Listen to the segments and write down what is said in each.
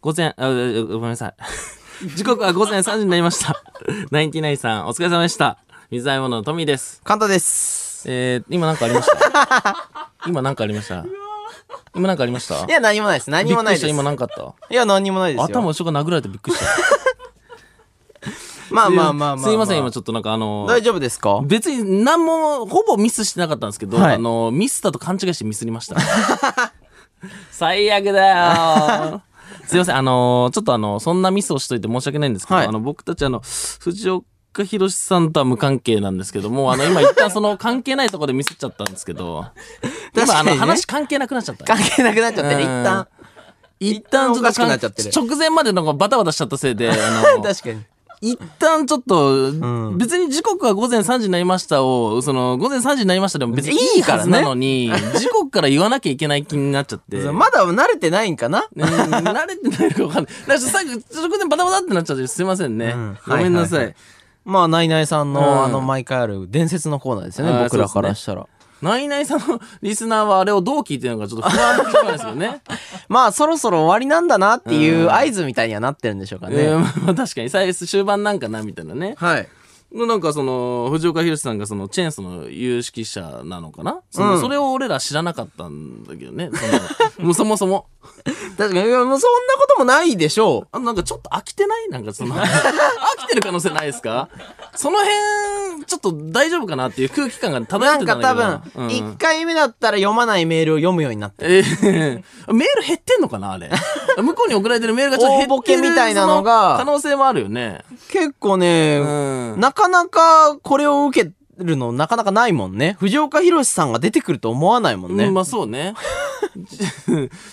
午前、あ、えごめんなさい。 時刻は午前3時になりました。 ナインティナインさん、お疲れ様でした。水溜りボンドのトミーです。カンタです。えー、今なんかありました 今なんかありました今なんかありましたいや、何もないです。何もないです。びっくりした今なんかあっいや、何もないですたよ。頭後ろから殴られてびっくりした。 まあまあまあまあまあ。すいません、今ちょちょっとなんかあのっと。大丈夫ですか別に何もほぼミスしてなかったんですけど、はいあのミスだと勘違いしてミスりました 最悪だよすいませんあのちょっとあのそんなミスをしといて申し訳ないんですけど、はいあの僕たちあの藤岡弘さんとは無関係なんですけどもあの今一旦そ の関係ないところでミスっちゃったんですけど、確今あかにのね話関係なくなっちゃった関係なくなっちゃってる。一旦。一旦ちょっおかとしくなっちゃってる。直前までなんかバタバタしちゃったせいであの 確かに。一旦ちょっと、ん別に時刻は午前3時になりましたを、その、午前3時になりましたでも別にいいいいかはらずねなのに、時刻から言わなきゃいけない気になっちゃって。 まだ慣れてないんかなうん慣れてないかわかんない。だから最後、直前バタバタってなっちゃって、すいませんね。んごめんなさい。はいはいまあ、ナイナイさんうんの、あの、毎回ある伝説のコーナーですよあーね。僕らそかうでらすしたら。ナイナイさんのリスナーはあれをどう聞いてるのかちょっと不安な気がしますよね。まあ、そろそろ終わりなんだなっていう合図みたいにはなってるんでしょうかう ね。んまあ確かに、最終終盤なんかな、みたいなね。はい。のなんかその藤岡弘さんがそのチェーンソーの有識者なのかなその、うんそれを俺ら知らなかったんだけどねそのもうそもそも確かに、いやもうそんなこともないでしょあなんかちょっと飽きてないなんかその 飽きてる可能性ないですかその辺ちょっと大丈夫かなっていう空気感がう。な漂っんてたかん多だけど分、うん1回目だったら読まないメールを読むようになってる。えー メール減ってんのかなあれ向こうに送られてるメールがちょっと減ってる大ボケみたいなのがそ可能性もあるよね結構ね、うんなかなかこれを受けるのなかなかないもんね。藤岡弘さんが出てくると思わないもんね。うんまあそうね。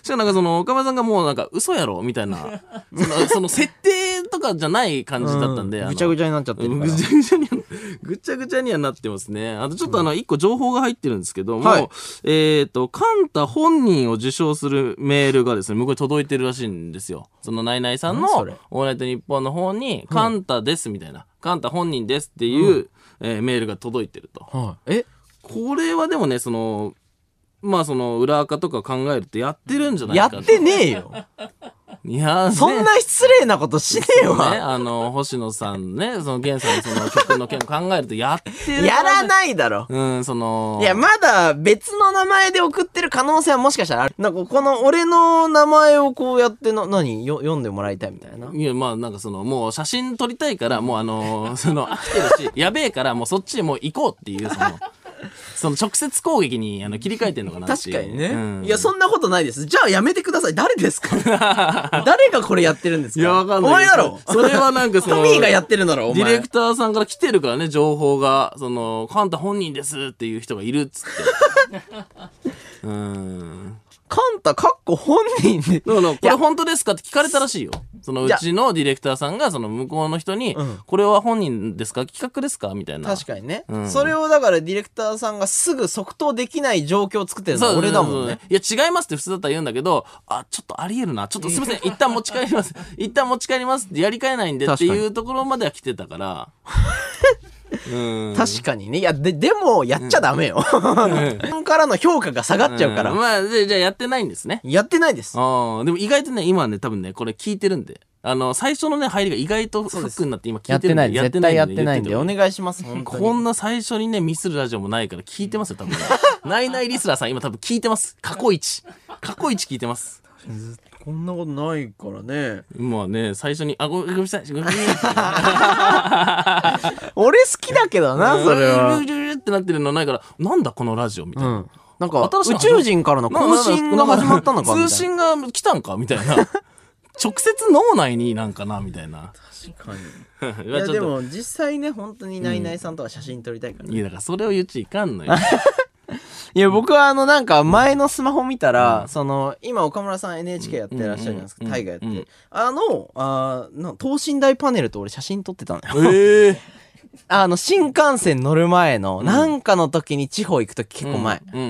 しかもなんかその岡村さんがもうなんか嘘やろみたいなそのその設定とかじゃない感じだったんで、ぐちゃぐちちゃになっちゃってるかぐらちゃぐちゃにはぐちゃぐちゃにはなってますねあとちょっとあの一個情報が入ってるんですけども、はいえっ、とカンタ本人を受賞するメールがですね向こうに届いてるらしいんですよそのナイナイさんの何それ「オールナイトニッポン」の方に「カンタです」みたいな「カンタ本人です」っていう、えーメールが届いてると。はいえこれはでもねそのまあその裏垢とか考えるとやってるんじゃない やかっとてねえよ。いやそんねな失礼なことしねえね、わ。あの星野さんねその源さんのその曲の件も考えるとやってるやらないだろ。うんそのいや、まだ別の名前で送ってる可能性はもしかしたらある。なんかこの俺の名前をこうやってな、何よ読んでもらいたいみたいな。いやまあなんかそのもう写真撮りたいからもうあのその飽きて るしやべえからもうそっちへもう行こうっていうそのその直接攻撃にあの切り替えてんのかなってい確うかにね。うんいや、そんなことないです。じゃあやめてください。誰です か誰がこれやってるんですかいやわかんないお前だろそれはなんかそのトミーがやってるんだろおディ前。レクターさんから来てるからね情報がそのカンタ本人ですっていう人がいるっつ ってうーんカンタ、かっこ本人で。だからこいれや本当ですかって聞かれたらしいよそのういやちのディレクターさんがその向こうの人にうん「これは本人ですか企画ですか?」みたいな確かにね、うんそれをだからディレクターさんがすぐ即答できない状況を作ってるのそうそはう俺だもんそうね。そういや違いますって普通だったら言うんだけどあちょっとありえるなちょっとすいま せん一旦持ち帰ります一旦持ち帰りますってやりかえないんでって確かにいうところまでは来てたから うん確かにね。いや、で、でも、やっちゃダメよ。 自分からの評価が下がっちゃうから。んまあじゃあじゃあやってないんですねやってないです。ああ、でも意外とね、今ね、多分ね、これ聞いてるんで。あの、最初のね、入りが意外とフックになって今聞いてるんで。で言おってる願いします、本当こに。んな最初にね、ミスるラジオもないから聞いてますよ、多分。ないないリスナーさん、今多分聞いてます。過去一。過去一聞いてます。こんなことないからね。まあね、最初に、あ、ごめんなさい、ごめんなさい。俺好きだけどな、 それは。ってなってるのないから、なんだこのラジオみたいな。ん。なんか、新しいの始宇ま宙人からのなんか更新が始まったのかみたいな。通信が来たんかみたいな。 直接脳内になんかなみたいな。 確かに。いいやや、ちょっとでも、実際ね、本当にナイナイさんとは写真撮りたいからねいや、だからそれを言っちゃいかんのよ。いや、僕はあの、なんか前のスマホ見たら、その、今岡村さん NHK やってらっしゃるじゃないですか、うんうん大河やって。うんあの、あーな等身大パネルと俺写真撮ってたのよ。ええあの、新幹線乗る前の、なんかの時に地方行く時結構前。うんうん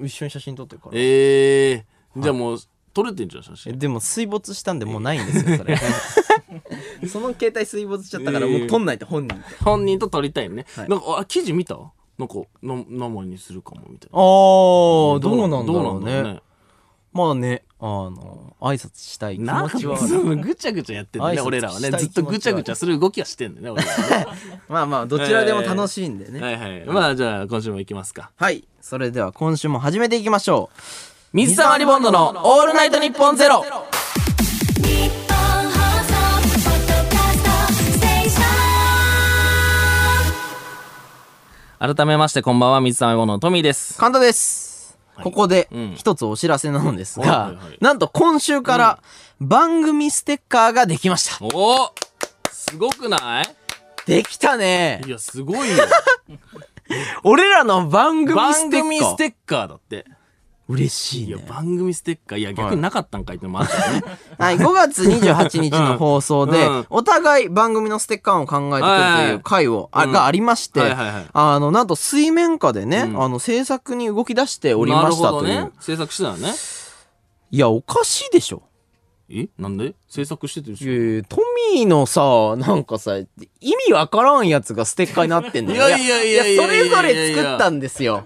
うん。一緒に写真撮ってるから。ええじゃあもう、撮れてんじゃん、写え真。でも水没したんでもうないんですよ、それ。 その携帯水没しちゃったから、もう撮んないと本人って。本人と撮りたいね。はいなんか、あ、記事見たなんか、な生にするかも、みたいな。あー、どうなんだろうどうなんだろうね。ね。まあね、あの、挨拶したい気なん持かちはあそる。のぐちゃぐちゃやってんだ挨ね拶俺らはねしたいずっとぐちゃぐちゃする動きはしてんだよねまあまあ、どちらでも楽しいんでね。俺らははいはいまあじゃあ今週も行きますかはい。それでは今週も始めていきましょう。水溜りボンドの「オールナイトニッポンゼロ日本放送ポッドキャストステーション改めましてこんばんは水溜りボンドのトミーです簡単です。はいここでうん一つお知らせなのですはがいはいはい、なんと今週から番組ステッカーができました。おおすごくないできたねい。やすごいよ俺らの番 組番ステ組ッカスー。テッカーだって嬉しいいやね。番組ステッカーいや逆になかったんかいってのもあったよ ねはい、5月28日の放送で、うんうんお互い番組のステッカーを考えてくるという回を、はいはいあがありまして、はいはいはいあの、なんと水面下でね、うんあの、制作に動き出しておりましたという。なるほどね制作してたのねいや、おかしいでしょ。えなんで制作しててるいやいやトミーのさ、なんかさ、意味わからんやつがステッカーになってんだよ。いやいやいやいやいやいやいやそれぞれ作ったんですよ。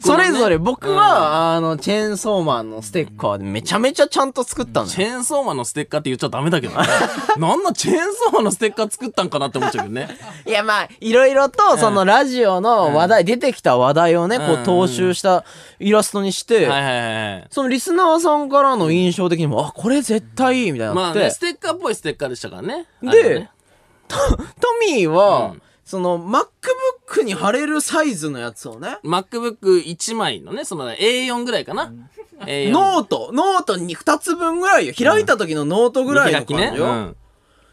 こそのねれぞれ僕は、あの、チェーンソーマンのステッカーでめちゃめちゃちゃんと作ったのよチ。ェーンソーマンのステッカーって言っちゃダメだけどね。 なんなんチェーンソーマンのステッカー作ったんかなって思っちゃうけど ね。いやまあいろいろとそのラジオの話題、出てきた話題をねこううん踏襲したイラストにして、はいはいはい。そのリスナーさんからの印象的にもあこれ絶対いいみたいにまなあって、ね、ステッカーっぽいステッカーでしたからね。であれはねトミーは、うんその MacBook に貼れるサイズのやつをね MacBook1 枚のね、その A4 ぐらいかな。A4。ノートノートに2つ分ぐらいよ開いた時のノートぐらいの見開き感ね。じうよ、ん。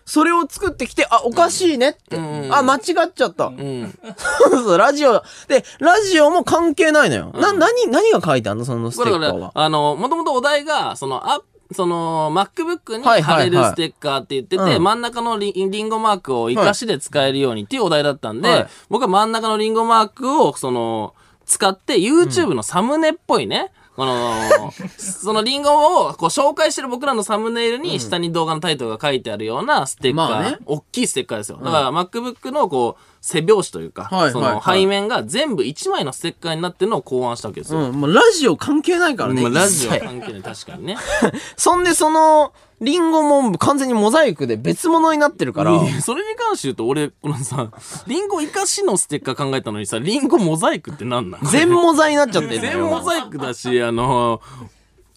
それを作ってきてあおかしいねって、うんあ間違っちゃった、うん。そう そうラジオでラジオも関係ないのよ、な何何が書いてあんのそのスこテれッこカれーは、あの、もともとお題が、その、あその、MacBook にはいはい貼はいれるステッカーって言ってて、うん真ん中のリリンゴマークを生かしで使えるようにっていうお題だったんで、はい僕は真ん中のリンゴマークを、その、使って、YouTube のサムネっぽいね、こ の、そのリンゴをこう紹介してる僕らのサムネイルに下に動画のタイトルが書いてあるようなステッカー、まあね大きいステッカーですよ。だから MacBook のこう、背拍子というか、はいそはいはのい背面が全部1枚のステッカーになってるのを考案したわけですよ。うん、もうラジオ関係ないからね。まあラジオ一切関係ない確かに ねそんでその、リンゴも完全にモザイクで別物になってるから、い やそれに関して言うと俺このさリンゴ生かしのステッカー考えたのにさリンゴモザイクってなんなん全モザになっちゃってるの全よ。モザイクだ しあの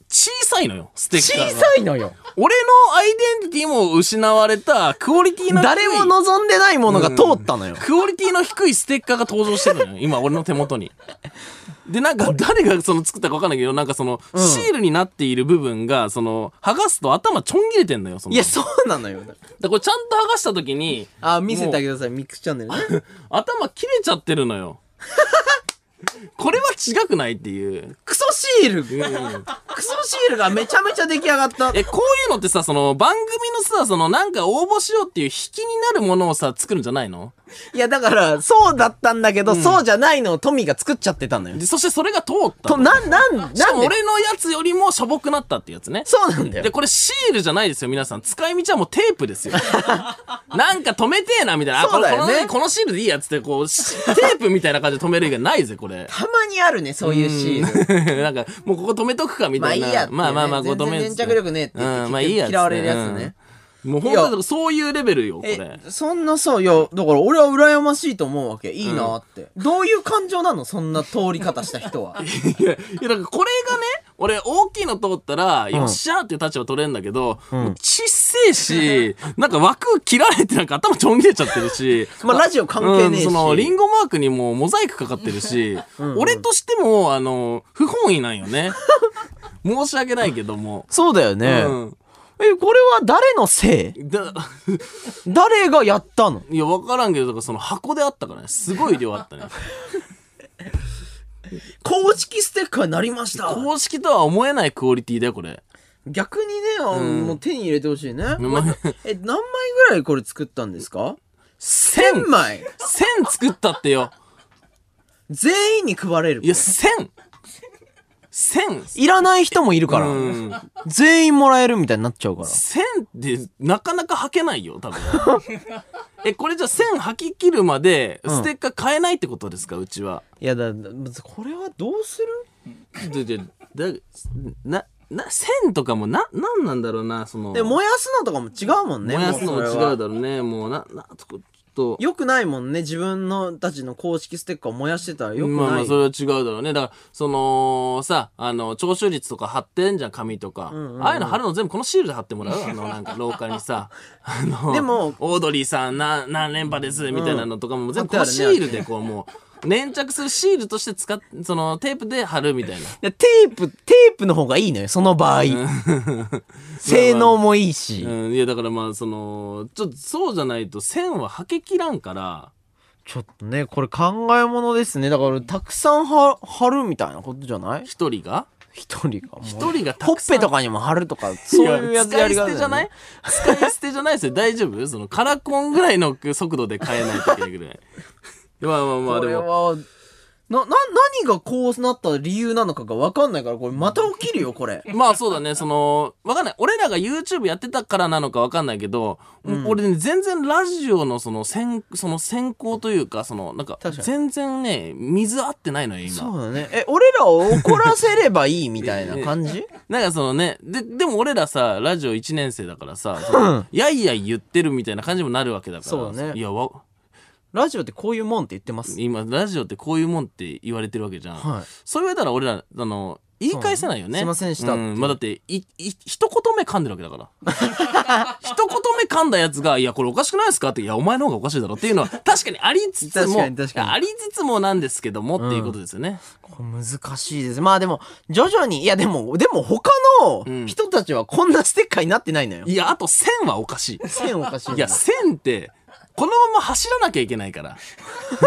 小さいのよステッ小カーがさいのよ。俺のアイデンティティも失われたクオリティの低い誰も望んでないものが通ったのよ。クオリティの低いステッカーが登場してるのよ今俺の手元にでなんか誰がその作ったか分かんないけどなんかそのシールになっている部分がその剥がすと頭ちょん切れてんのよそのいや、そうなのよ。でこれちゃんと剥がした時にあ、見せてあげてください。ミックスチャンネルね。頭切れちゃってるのよこれは違くないっていう、クソシール、クソシールがめちゃめちゃ出来上がった。えこういうのってさその番組のさそのなんか応募しようっていう引きになるものをさ作るんじゃないの いや、だから、そうだったんだけど、そうじゃないのをトミーが作っちゃってたのよ。でそしてそれが通ったと、のなん、なん、しかなんもで俺のやつよりもしょぼくなったってやつねそうなんだよで。これシールじゃないですよ皆さん使い道はもうテープ ですよなんか止めてえなみたいなあそうだよこねれこのこのシールでいいやつってこうしテープみたいな感じで止める以外ないぜこれたまにあるね、そういうシール。 なんか、もうここ止めとくかみたいな。まあいいやってねまあまあまあ、こ全こ然止めんっつって粘着力ねえって言ってうん、まあいいやっつって。嫌われるやつねうん。もう本当にそういうレベルよ、これえ。そんなさいやだから俺は羨ましいと思うわけいいなって、どういう感情なのそんな通り方した人は いや、いや、なんかこれがね、俺大きいの通ったら、よっしゃーっていう立場取れるんだけど、もうちっせえ 。し、なんか枠切られてなんか頭ちょん切れちゃってるしまあラジオ関係ねえしうんその、リンゴマークにもうモザイクかかってるし、俺としても、あの、不本意なんよ ね。申し訳ないけども。 そうだよねうん。えこれは誰のせいだ誰がやったのいや、わからんけど、だからその箱であったからね、すごい量あった ね。公式ステッカーになりました公式とは思えないクオリティだよ、これ。逆にねあもう手に入れてほしいね、ま え何枚ぐらいこれ作ったんですか 1000 1000枚1000作ったってよ。全員に配れるいや、1000 1000いらない人もいるから、うん全員もらえるみたいになっちゃうから1000ってなかなか履けないよ、 多分。え、これじゃあ1000履き切るまで、ステッカー買えないってことですか、うちは。いやだだこれはどうするででだな、な、線とかもな、なんなんだろうな、その。で、燃やすのとかも違うもんね。燃やすのもう違それはうだろうね。もう、な、な、ちょっと。よくないもんね。自分のたちの公式ステッカーを燃やしてたらよくない。まあまあ、それは違うだろうね。だから、その、さ、あの、徴収率とか貼ってんじゃん、紙とか。ああいうの貼るの全部このシールで貼ってもらうあの、なんか、廊下に さ、あの、でもオードリーさん、な何連覇です、みたいなのとかも、全部この貼ってあシるねールで、こう、もう、粘着するシールとして使っ、その、テープで貼るみたいな。いやテープ、テープの方がいいのよ、その場合。 性能もいいし。うん、いや、だからまあ、その、ちょっと、そうじゃないと、線ははけきらんから、ちょっとね、これ考え物ですね。だから、たくさんは貼るみたいなことじゃない一人が一人が。一人がたほっくさんぺとかにも貼るとか、そういうやつやり使い捨方だてよじゃないね使い捨てじゃないですよ。大丈夫そのカラコンぐらいの速度で変えないといけないぐら い。まあまあまあ、こでれも。は、な、な、何がこうなった理由なのかがわかんないから、これまた起きるよ、これ。まあそうだね、その、わかんない。俺らが YouTube やってたからなのかわかんないけど、俺ね、全然ラジオのその先、その先行というか、その、なんか、確かに全然ね、水合ってないのよ、今。そうだね。え、俺らを怒らせればいいみたいな感 じなんかそのね、で、でも俺らさ、ラジオ1年生だから さ、そのやいやい言ってるみたいな感じにもなるわけだから。そうだねいや、わ、ラジオってこういうもんって言ってます。今ラジオってこういうもんって言われてるわけじゃん、はいそう言われたら俺らあの言い返せないよねそうねすいませんでしたってうんまあ、だっていい一言目噛んでるわけだから 一言目噛んだやつが「いやこれおかしくないですか?」って「いやお前の方がおかしいだろ」っていうのは確かにありつつも確かに確かにありつつもなんですけども、っていうことですよねこれ難しいです。まあでも、徐々に、いやでも、でも他うんの人たちはこんなステッカーになってないのよ。いやあと線はおかしい線おかしいないや、線って、このまま走らなきゃいけないから。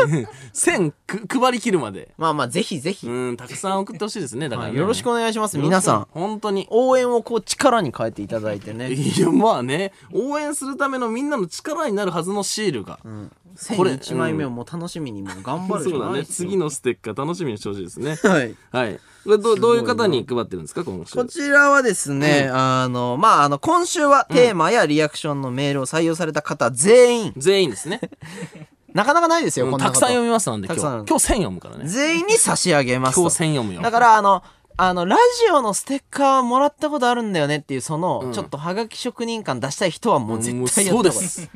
線く配り切るまで。まあまあ、ぜひぜひ、うん、たくさん送ってほしいですね。だからはね、いよろしくお願いします。よろしく皆さん、本当に。応援をこう力に変えていただいてね。いや、まあね、応援するためのみんなの力になるはずのシールが。これ1001枚目をもう楽しみに、もう頑張るしそうだかないね。ですよ。次のステッカー楽しみにしてほしいですね はい。はい。これどう、すごどういいなう方に配ってるんですか、今週こ。ちらはですね、あの、まあ、あの、今週はテーマやリアクションのメールを採用された方全員、全員ですね。なかなかないですよ、うんこんなたこくとさん読みますなんで、た今く日。さ今日1000ん読むからね。全員に差し上げますと。今日1000読むよ。だからあの、あの、ラジオのステッカーもらったことあるんだよねっていう、その、ちょっとハガキ職人感出したい人はももうう絶対やったそうで方がいい。す。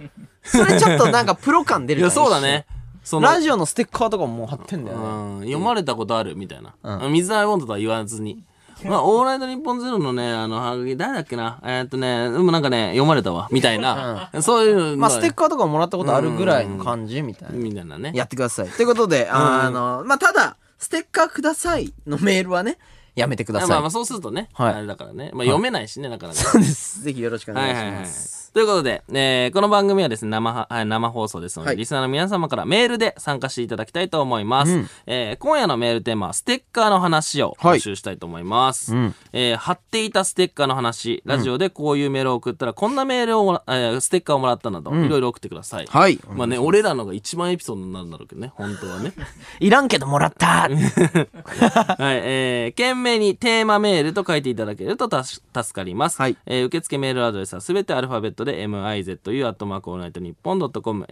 それちょっと なんかプロ感出いるや、じゃんそうだね。一そ緒のラジオのステッカーとかももう貼ってんだよね。うん、読まれたことあるみたいな、水溜りボンドとは言わずに。まあ、オールナイトニッポンゼロのね、あの、はがき、誰だっけなえーっとね、でもなんかね、読まれたわ、みたいな。そういうの、まあ、ステッカーとかもらったことあるぐらいの感じみたいな。みたいなね。やってください。ということで、あの、まあ、ただ、ステッカーくださいのメールはね、やめてください。まあまあ、そうするとね、はいあれだからね。まあ、読めないしね、なかなか。そうです。ぜひよろしくお願いしはいはいまはいす。ということで、えーこの番組はですね、生は、はい生放送ですので、はいリスナーの皆様からメールで参加していただきたいと思います。えー今夜のメールテーマは、ステッカーの話をはい募集したいと思います。んえー貼っていたステッカーの話、ラジオでこういうメールを送ったら、こんなメールをもら、えーステッカーをもらったなど、いろいろ送ってください。はいまあね、俺らのが一番エピソードになるんだろうけどね、本当はね。いらんけどもらっ はたい、えー、件名にテーマメールと書いていただけるとたし助かります。はいえー受付メールアドレスはすべてアルファベットで mizu.allnightnippon.com、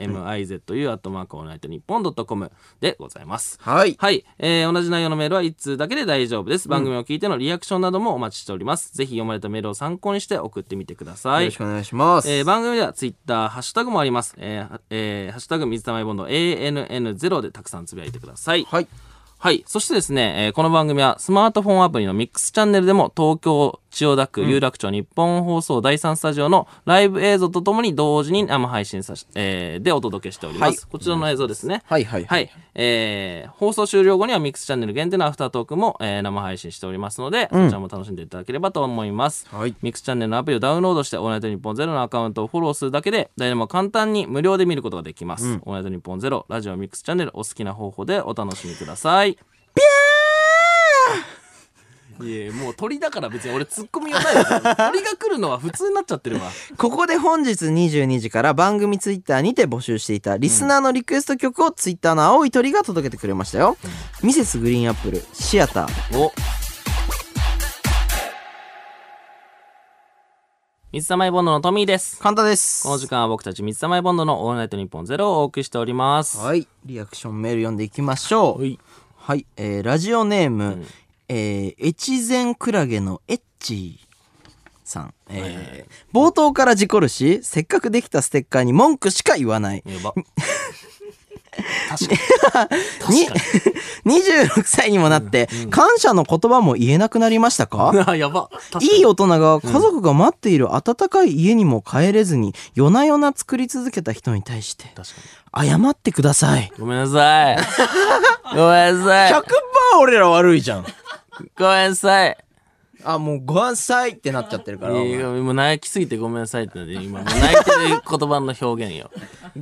mizu.allnightnippon.com でございます。はい。はい、えー同じ内容のメールは1通だけで大丈夫です。番組を聞いてのリアクションなどもお待ちしております。ぜひ読まれたメールを参考にして送ってみてくださよいろし。くお願いします。えー番組ではツイッター、ハッシュタグもあります。えーはえーハッシュタグ水溜りボンド ANN0 でたくさんつぶやいてください。はい。はい。そしてですね、えーこの番組はスマートフォンアプリのミックスチャンネルでも東京、千代田区、有楽町、日本放送第3スタジオのライブ映像とともに同時に生配信さし、えーでお届けしております。はこちらの映像ですね。はいはいははい。えー放送終了後にはミックスチャンネル限定のアフタートークも、えー生配信しておりますので、そちらも楽しんでいただければと思います。はいミックスチャンネルのアプリをダウンロードして、オールナイトニッポンゼロのアカウントをフォローするだけで、誰でも簡単に無料で見ることができます。オールナイトニッポンゼロ、ラジオミックスチャンネル、お好きな方法でお楽しみください。いやいやもう鳥だから別に俺ツッコミはないですよ鳥が来るのは普通になっちゃってるわ。ここで本日22時から番組ツイッターにて募集していたリスナーのリクエスト曲をツイッターの青い鳥が届けてくれましたよ。ミセスグリーンアップル、シアター。お水溜りボンドのトミーです。簡単です。この時間は僕たち水溜りボンドのオールナイトニッポンゼロをお送りしております。はい。リアクションメール読んでいきましょう。はい。はい。えー、ラジオネーム、えー、越前クラゲのエッチー。さん、えー冒頭から事故るしせっかくできたステッカーに文句しか言わないやば。確かに。に 確か26歳にもなって感謝の言葉も言えなくなりましたかに。あや ば。確かにいい大人が家族が待っている温かい家にも帰れずに夜な夜な作り続けた人に対して確か謝ってくださいに。ごめんな さい。ごめんなさい。俺ら悪いじゃんごめんなさい。あもうご飯さいってなっちゃってるからおいや前もう泣きすぎてごめんなさいってなって今もう泣いてる言葉の表現よ。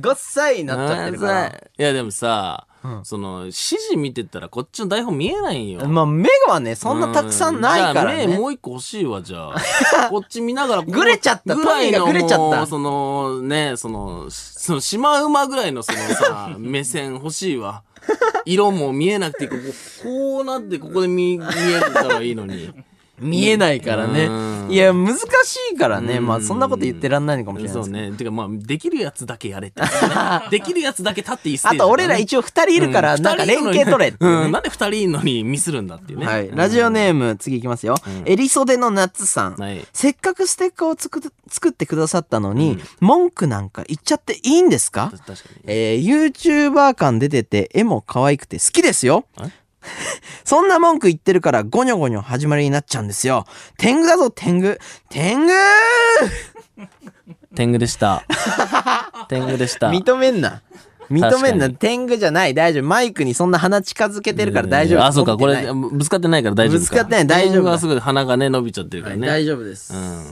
ごっさいにごめなっちゃってんるなかさらい。いやでもさ、その指示見てたらこっちの台本見えないんよ。まあ目はねそんなたくさんないからじゃあ目ねもう一個欲しいわじゃ あこっち見ながらぐれちゃったぐらいのトミーがぐれちゃったもうそのねそのそのシマウマぐらいのその さ目線欲しいわ色も見えなくてこここうなってここで見見えたらいいのに見えないからうんねいや難しいからねまあそんなこと言ってらんないのかもしれないそうですけどねてかまあできるやつだけやれって ねできるやつだけ立っていいステーあジだとね俺ら一応二人いるからうんなんか連携取れっていううねんなんで二人いんのにミスるんだっていうねはい。ラジオネーム、次いきますよ。えりそでの夏さん。はいせっかくステッカーを作っ作ってくださったのに、文句なんか言っちゃっていいんですか確かにえー、YouTuber 感出てて、絵も可愛くて好きですよえ。 そんな文句言ってるから、ゴニョゴニョ始まりになっちゃうんですよ。天狗だぞ、天狗天狗天狗でした 天狗でした認めんな。認めんな。天狗じゃない。大丈夫。マイクにそんな鼻近づけてるから大丈夫。あ、そうか、こ持ってれない、ぶつかってないから大丈夫か。ぶつかってない大丈天夫だ狗はすぐ鼻がね、伸びちゃってるかはらい、ね。大丈夫です、うんはい、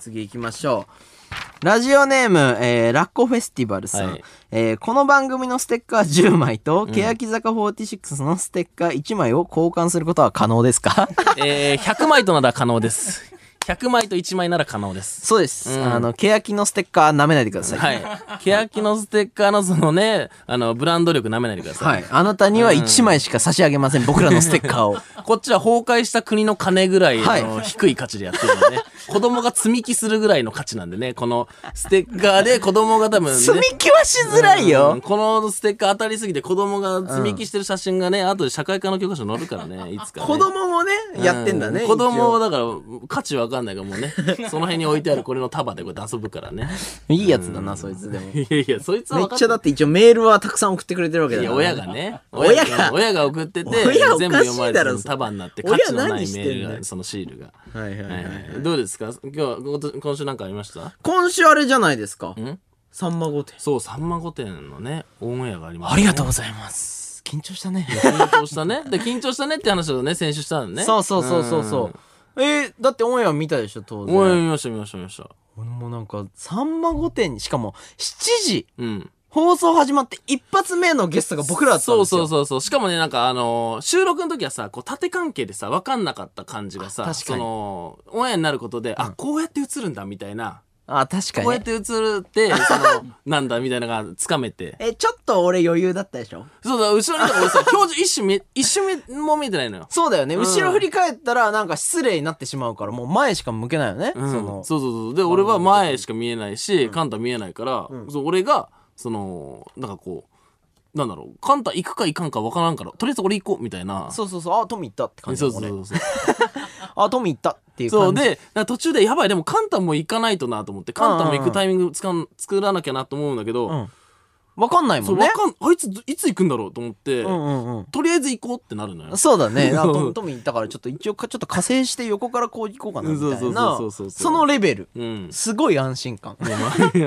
次行きましょうラジオネーム、えーラッコフェスティバルさん、はいえーこの番組のステッカー10枚と、欅坂46のステッカー1枚を交換することは可能です かえー、100枚となら可能です。100枚と1枚なら可能です。そうです、あの欅のステッカー舐めないでください はい。欅のステッカーのそのね、あの、ブランド力舐めないでください。はい、あなたには1枚しか差し上げません、僕らのステッ カーをこっちは崩壊した国の金ぐらい、はいあの低い価値でやってるんで ね。子供が積み木するぐらいの価値なんでね、このステッカーで子供が多分ね。積み木はしづらいよ、うんこのステッカー当たりすぎて子供が積み木してる写真がね、後で社会科の教科書に載るからね、いつか、ね。子供もね、やってんだねう一応子供はだから価値わかんないからも うねその辺に置いてあるこれの束でこうやって遊ぶからね いいやつだな、そいつで もめいっやいやそいつは分かちゃだって一応メールはたくさん送ってくれてるわけだいからや親がね 親が親が送ってて 親おかしいだろ全部読まれてそれ束になって価親値のないメ何してんだよールがそのシールがはいはいはい、はいどうですか今日はこと今週なんかありました今週あれじゃないですかんさんま御殿そう「さんま御殿」のねオンエアがありました、ね、ありがとうございます緊張した ね緊張したねで緊張したねって話をね先週したのねそうそうそうそうそうえー、だってオンエア見たでしょ当うんおい然見ました見ました見ました俺もなんかさんま御殿にしかも7時うん放送始まって一発目のゲストが僕らだったんそでうすよそうそうそうしかもねなんかあのー収録の時はさこう縦関係でさ分かんなかった感じがあさ確かそにのオンエアになることで、あこうやって映るんだみたいなあ確かこうやにって映るってそのなんだみたいなのがつかめてえちょっと俺余裕だったでしょそうだ後ろにいた俺さ表情一瞬見一瞬見も見えてないのよ。そうだよね、うん後ろ振り返ったらなんか失礼になってしまうからもう前しか向けないよね、うんそそうのそうそうで俺は前しか見えないし、カンタ見えないから、そう俺がそのなんかこうなんだろうカンタ行くか行かんか分からんからとりあえず俺行こうみたいなそうそうそうあトミー行ったって感じそうそ俺うそうあトミー行ったっていうそう感じでなんか途中でやばいでもカンタも行かないとなと思ってカンタも行くタイミングつかん作らなきゃなと思うんだけど、うんわかんないもそんうわねかんあいついつ行くんだろうと思って、うんうんうんとりあえず行こうってなるのよ。そうだ ね。あそうトントミー行ったから、ちょっと一応か、ちょっと加勢して横からこう行こうかな、みたいな。そうそうそうそうそうそのレベル。うん、すごい安心感。でもい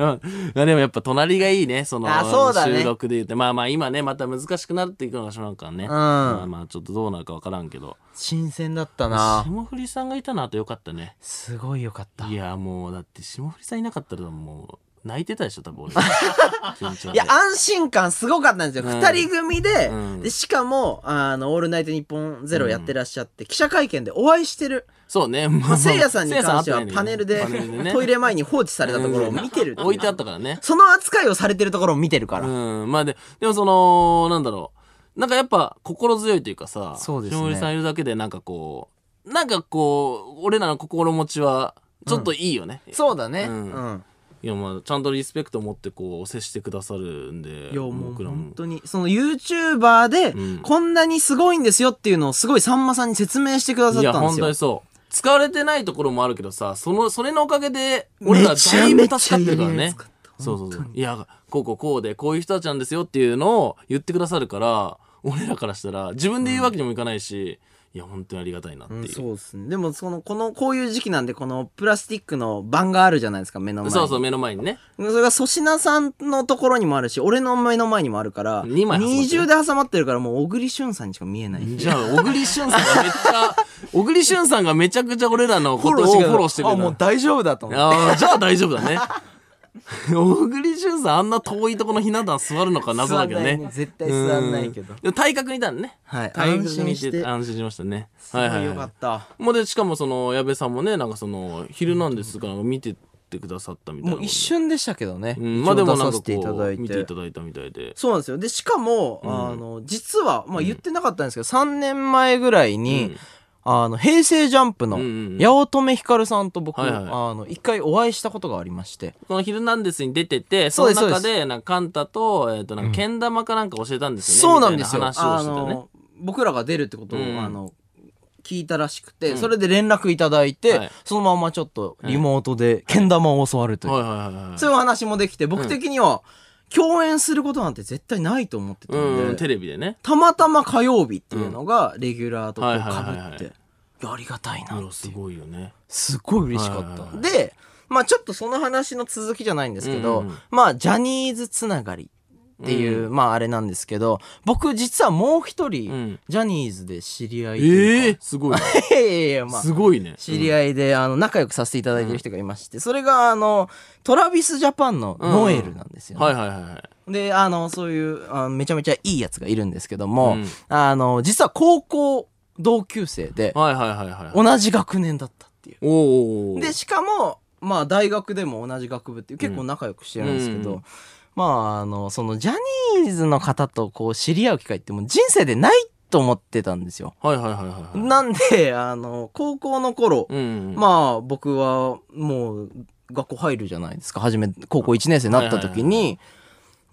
やでもやっぱ隣がいいねそのあそうだね収録で言ってまあまあ今ねまた難しくなっていくのがしまうからね、んまあまあちょっとどうなるか分からんけど新鮮だったな。霜降りさんがいたのあとよかったねすごいよかった。いいやもうだって霜降りさんいなかったらもう泣いてたでしょ多分 俺緊張でや、安心感すごかったんですよ。うん二、人組で、うんで、しかも、あの、オールナイトニッポンゼロやってらっしゃって、記者会見でお会いして る。そうね。ままあ、せいやさんにせい関して会はってないパネルで、ねトイレ前に放置されたところを見てるっていう置いてあったからね。その扱いをされてるところを見てるから。うん。まあで、でもその、なんだろう。なんかやっぱ心強いというかさ、そうですね下森さんいるだけでなんかこう、なんかこう、俺らの心持ちは、ちょっといいよね。そうだね。うんうんいやまあ、ちゃんとリスペクト持ってこう、接してくださるんで、いやもう僕ら本も。当にその YouTuber でうんこんなにすごいんですよっていうのをすごいさんまさんに説明してくださっいや、たんで本す当よに。そう。使われてないところもあるけどさ、その、それのおかげで、俺らだいぶ助かってるからめちゃめちゃやりやねすかっ。そうそうそう。いや、こうこうこうで、こういう人たちなんですよっていうのを言ってくださるから、俺らからしたら、自分で言うわけにもいかないし、いや、本当にありがたいなっていう。そうですね。でも、その、この、こういう時期なんで、このプラスチックの板があるじゃないですか、目の前に。そうそう、目の前にね。それが粗品さんのところにもあるし、俺の目の前にもあるから、二枚挟まってる二重で挟まってるから、もう小栗旬さんにしか見えない。じゃあ、小栗旬さんがめっち ゃ、小栗旬さんがめちゃくちゃ俺らのことをフォローしてくれあ、たもう大丈夫だと思って。ああ、じゃあ大丈夫だね。 小栗旬さんあんな遠いとこのひな壇座るのか謎だけど座ねんないね絶対座んないけどうでも体格にいたんねはい体格にい安心して安心しましたねすごはいいはいよかはった。いもうでしかもその矢部さんもねなんかその「昼なんですかなんか見てってくださったみたいなもう一瞬でしたけどね。うんまあでも一な応んか出させていたこだいう見てていた。だいたみたいでそうなんですよ。で、しかも、あの、実は、まあ言ってなかったんですけど、3年前ぐらいに、うんあの、平成ジャンプの、うんうん八乙女光さんと僕、はいはいあの、一回お会いしたことがありまして、この「昼なんです」に出ててそそうのです中そうでなんかカンタとえっとなんかけん玉かなんか教えたんですそよねうなんですよ。みたいな話をしてたねの、僕らが出るってことを、うんあの、聞いたらしくて、うんそれで連絡いただいて、はいそのままちょっとリモートで、けん玉を教わるという、はいはいはいはいそういうお話もできて、僕的には、共演することなんて絶対ないと思ってたんで、うんテレビでねたまたま火曜日っていうのが、レギュラーとこうはい被はいはいはいって、いやありがたいいなっていやう。すごいよねすっごい嬉しかった。はいはいはいで、まあちょっとその話の続きじゃないんですけど、うんうんまあジャニーズつながりっていう、まああれなんですけど、僕実はもう一人、うんジャニーズで知り合いとえいえうか、すごいね いやいやいや、まあ、すごいね知り合いで、あの、仲良くさせていただいてる人がいまして、それが、あの、トラビスジャパンのノエルなんですよ、ねはいはいはいはいで、あの、そういう、あめちゃめちゃいいやつがいるんですけども、うんあの、実は高校同級生で、はいはいはいはい同じ学年だったっていう。おおおおでしかもまあ大学でも同じ学部っていう結構仲良くしてるんですけど、うんうんまああのそのジャニーズの方とこう知り合う機会ってもう人生でないと思ってたんですよ。はいはいはいはいはいなんであの高校の頃、うんまあ僕はもう学校入るじゃないですか初め高校1年生になった時はに、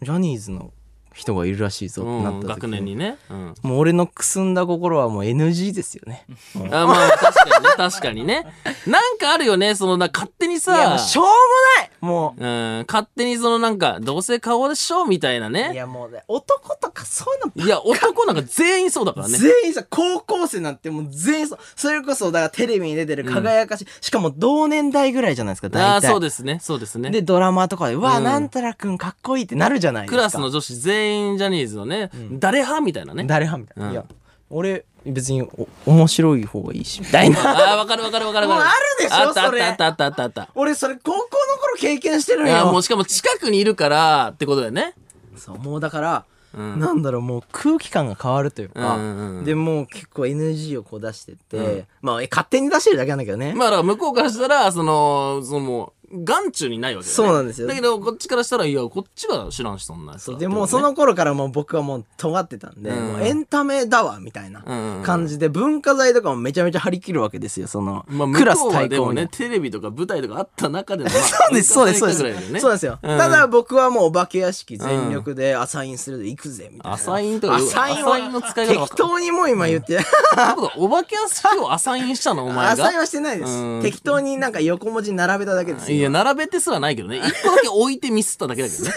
ジャニーズの人がいるらしいぞってなった時うん、学年にね、うん、もう俺のくすんだ心はもう NG ですよね。あまあ確かにね確かにねなんかあるよねそのな勝手にいやもさうしょうもないもううん勝手にそのなんかどうせ顔でしょみたいないねやもうね、男とかそういうのいや男なんか全員そうだからね全員さ、高校生なんてもう全員そう。それこそ、だからテレビに出てる輝かしい、しかも同年代ぐらいじゃないですか、あ大あ体。そうですねそうですねで、ドラマとかで、うわあ、うんなんたらくんかっこいいってなるじゃないですクか。ラスの女子全員ジャニーズのね、誰派みたいなね誰派みたいな。うんいや、俺、別にお面白い方がいいし、みたいな。ああわかるわかるわかるわかもうあるでしょあったあそれったあったあったあったあっ 俺、それ高校の頃経験してるんたいやもうよ。しかも近くにいるからってことだよねそう、もうだから、うんなんだろう、もう空気感が変わるというか、うんうんうんで、もう結構 NG をこう出してって、まあ、え勝手に出してるだけなんだけどね。まあだから向こうからしたら、その、そのもう、眼中にないわけだよね。そうなんですよだけど、こっちからしたら、いや、こっちは知らんし、そんなやつそうは。でもうその頃からもう僕はもう尖ってたんで、うんもうエンタメだわみたいなうん感じで文化財とかもめちゃめちゃ張り切るわけですよその、まあ、ク向ラこスうは対でも抗に、ね、テレビとか舞台とかあった中での、そうですそうですそうです、そうなんですよ、ただ、僕はもうお化け屋敷全力でアサインするで行くぜみたいな、アサインとかアサインはアサインの使い方わか適当にもう今言って、ってことはお化け屋敷をアサインしたの、お前アサインが。はしてないです、うん適当になんか横文字並べただけですいや、よ並べてすらないけどね。一個だけ置いてミスっただけだけど ね。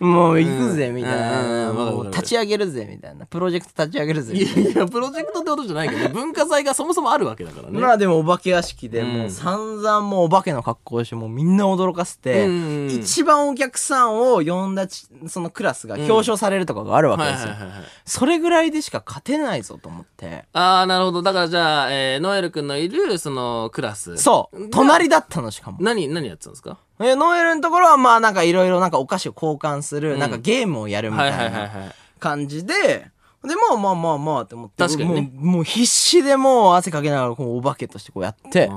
もう行くぜみたいうんうんな、うんわかるもわうかる立ち上げるぜみたいなプロジェクト立ち上げるぜみたいないやいや、プロジェクトってことじゃないけど、文化財がそもそもあるわけだからね。まあでもお化け屋敷でうんもう散々もうお化けの格好をしてもうみんな驚かせて、うんうんうん一番お客さんを呼んだちそのクラスが表彰されるとかがあるわけはでいすよ、はいはいはい。それぐらいでしか勝てないぞと思ってああ、なるほど。だからじゃあ、えーノエル君のいる、その、クラス。そう隣だったのしかも何、何やってたんですかえノエルのところはまあなんかいろいろなんかお菓子を交換する、うんなんかゲームをやるみはたいはいいはいなはい。感じで、でまあまあまあまあって思って確かにねもうもう必死でもう汗かけながらこうお化けとしてこうやって、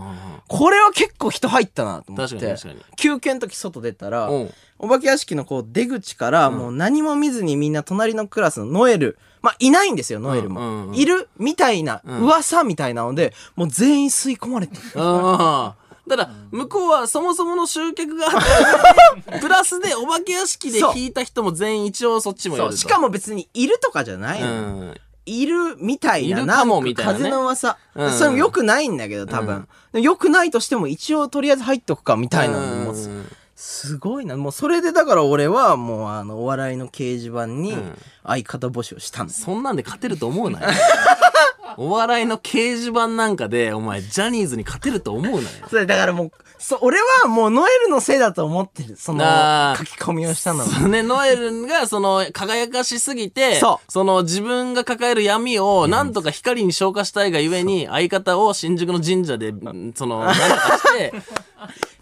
これは結構人入ったなと思って確かに確かに休憩の時外出たら、うんお化け屋敷のこう出口からもう何も見ずにみんな隣のクラスのノエル、まあいないんですよ、ノエルも。うんうんうんいるみたいな、ん噂みたいなので、もう全員吸い込まれてる。ああ。ただ、向こうはそもそもの集客があって、プラスでお化け屋敷でそう引いた人も全員一応そっちもやそるう、と。しかも別にいるとかじゃないの、うん。いるみたいな。いるかもみたいなねんか風の噂。うんそれも良くないんだけど、多分。でも良くないとしても、一応とりあえず入っとくか、みたいなのを持つ。うんすごいな。もうそれでだから俺は、もうあの、お笑いの掲示板にん相方募集をしたんです。そんなんで勝てると思う なよ。お笑いの掲示板なんかで、お前、ジャニーズに勝てると思うなよ。それだからもう、そ俺はもうノエルのせいだと思ってる。そのあー書き込みをしたのは。そうね、ノエルが、その、輝かしすぎて、その、自分が抱える闇を、なんとか光に昇華したいがゆえに、相方を新宿の神社で、うんその、なんとかして、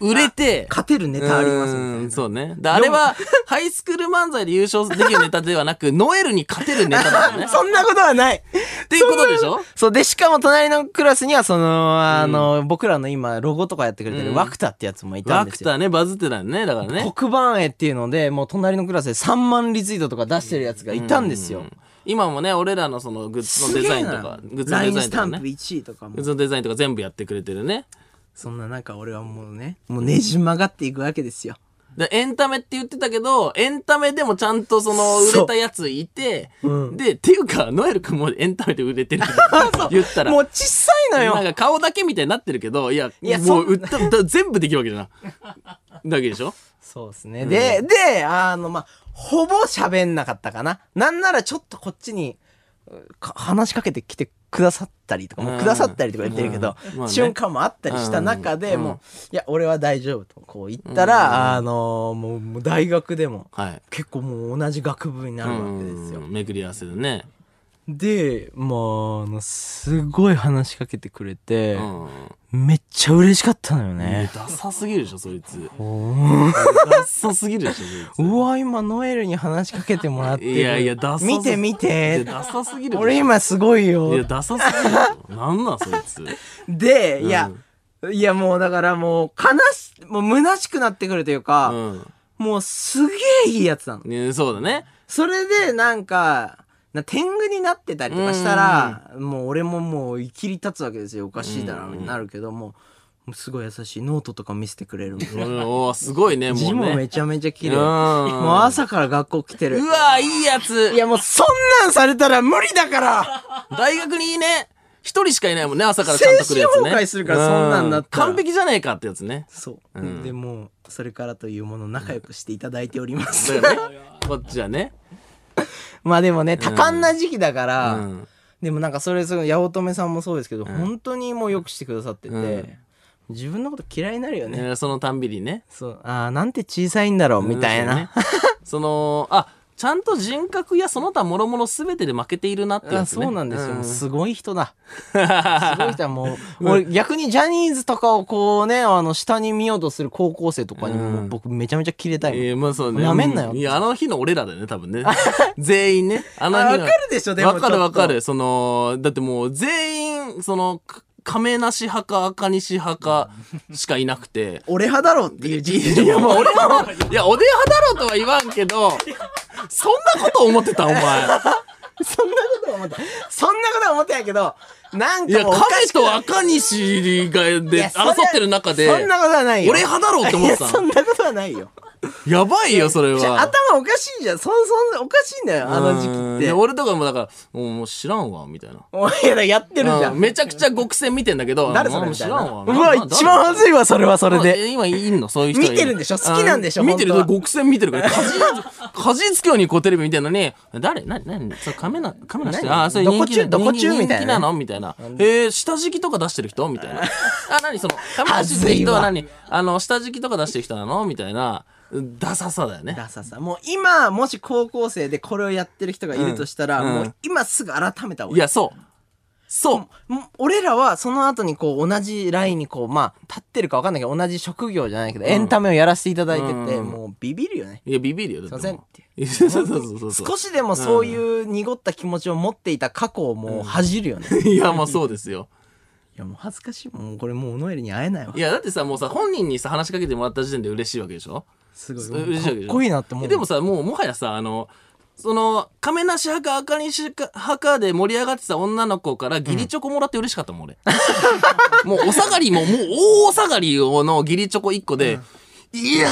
売れて、勝てるネタありますみたいなうんそうね。であれは、ハイスクール漫才で優勝できるネタではなく、ノエルに勝てるネタだよね。 そんなことはない。っていうことでしょそう、で、しかも隣のクラスには、その、あの、僕らの今、ロゴとかやってくれてうるんワクタってやつもいたワんでクすよ。ターね、バズってたよね、だからね。黒板絵っていうので、もう隣のクラスで3万リツイートとか出してるやつがいたんですよ。今もね、俺らのそのグッズのデザインとか、すげえなグッズのライデンザイスンとタかンプね。 1位とかもグッ。ズのデザインとか全部やってくれてるね。そんな中、俺はもうね、もうねじ曲がっていくわけですよ。で、エンタメって言ってたけど、エンタメでもちゃんとその、売そうれたやついて、うんで、っていうか、ノエル君もエンタメで売れてる。 言ったら。もう小さいのなんよ。か顔だけみたいになってるけど、いや、いやもうそん売った、だ全部できるわけじゃない。だけでしょそうですね。で、で、あの、まあ、ほぼ喋んなかったかな。なんならちょっとこっちに、か話しかけてきてくださったりとか、もうくださったりとか言ってるけどうんうんまあ、ね瞬間もあったりした中で、うんもう、いや、俺は大丈夫と、こう言ったら、あの、もう、もう大学でも、はい。結構もう同じ学部になうるわけですよ。ん。めくり合わせでね。で、まあ、あの、すごい話しかけてくれてう、ん。めっちゃ嬉しかったのよいやね。ダサすぎるでしょ、そいつ。おーダサすぎるでしょ、そいつ。うわ、今、ノエルに話しかけてもらってる。いやいや、ダサす見て見いやて。ダサすぎるでしょ。俺今すごいいや、よ。ダサすぎるよ。なんなん、そいつ。で、いや、いやもうだからもう悲し、もう虚しくなってくるといううか、ん。もうすげえいいやつなの。ね、そうだね。それでなんか、な天狗になってたりとかしたら、もう俺ももう生きり立つわけですよ。おかしいだろうになるけども、もうすごい優しいノートとか見せてくれるも んうんおーすごいね、も字うもね。めちゃめちゃ綺麗。うんもう朝から学校来てるう。わいいやついやもうそんなんされたら無理だから大学にいいね。一人しかいないもんね、朝からちゃんと来るやつね。精神崩壊するからそんなんなったらう完璧じゃねえかってやつね。そう、うんでもうそれからというもの仲良くしていただいております、だよね。 こっちはね。 まあでもね多感な時期だかうら、ん。でもなんかそれその八乙女さんもそうですけど、本当にもうよくしてくださってて、うん自分のこと嫌いになるよね、ねそのたんびにね。そうああなんて小さいんだろうみたいな、うん。そうねその、あ、ちゃんと人格やその他諸々すべてで負けているなってやあつね。そうなんですよ、うすごい 人だすごい人はもう、俺逆にジャニーズとかをこうねあの下に見ようとする高校生とかにもうん僕めちゃめちゃキレたいもん、ええまあそうね。なめんなよういや、あの日の俺らだよね、多分ね。 全員ね。あの日の。あわかるでしょでもわかるわかちょ。る。その、だってもう全員、その、か亀梨派か赤西派かしかいなくて 俺派だろうっていう人生いや、まあ俺も、いや、おでん派だろうとは言わんけど、そんなこと思ってた、お 前。そんなことは思った。そんなことは思ってないけど、なんいかや、もうおか亀しくとな赤西がでいやそ争んなってる中で、そんなことはないよ。俺派だろうって思っていやたそのんなことはないよ。やばいよ、それじゃは。頭おかしいじゃん。そんそんおかしいんだよ、あの時うん期でって。俺とかもだから、もうもう知らんわ、みたいな。お前らやってるじゃ。うんんめちゃくちゃ極戦見てんだけど、誰それもうみた知いらな。んわ。うわ、一番恥ずいわ、それはそれで。え今いんのそういう人がい見てるんでしょ好きなんでしょあ見てる本当は極戦見てる からかじかじつけようにこうテレビ見てるのに誰何何そうカメラカメラして何あそれどこ人気な中どこ中人気みた人いな気なのみたいなえー、下敷きとか出してる人み たいなあ何そのカメラしてる人は何あの下敷きとか出してる人なのみたいなダサさだよねダサさ。もう今、もし高校生でこれをやってる人がいるとしたら、うんもう今すぐ改めた方がいいいやそうそうもう俺らはその後にこう同じラインにこうまあ立ってるか分かんないけど同じ職業じゃないけどエンタメをやらせていただいてて、うんもうビビるよねいやビビるよだってもうそうそうそうそう少しでもそういう濁った気持ちを持っていた過去をもう恥じるよね、いいやもうそうですよやもう恥ずかしいもうこれもうノエルに会えないわいやだってさもうさ本人にさ話しかけてもらった時点で嬉しいわけでしょすすごい嬉しいかわっけでしょこいいなって思うでもさもうもはやさあのその亀梨派か赤西派かで盛り上がってた女の子から義理チョコもらって嬉しかったもん俺、もうお下がりももう大お下がりの義理チョコ1個で、よ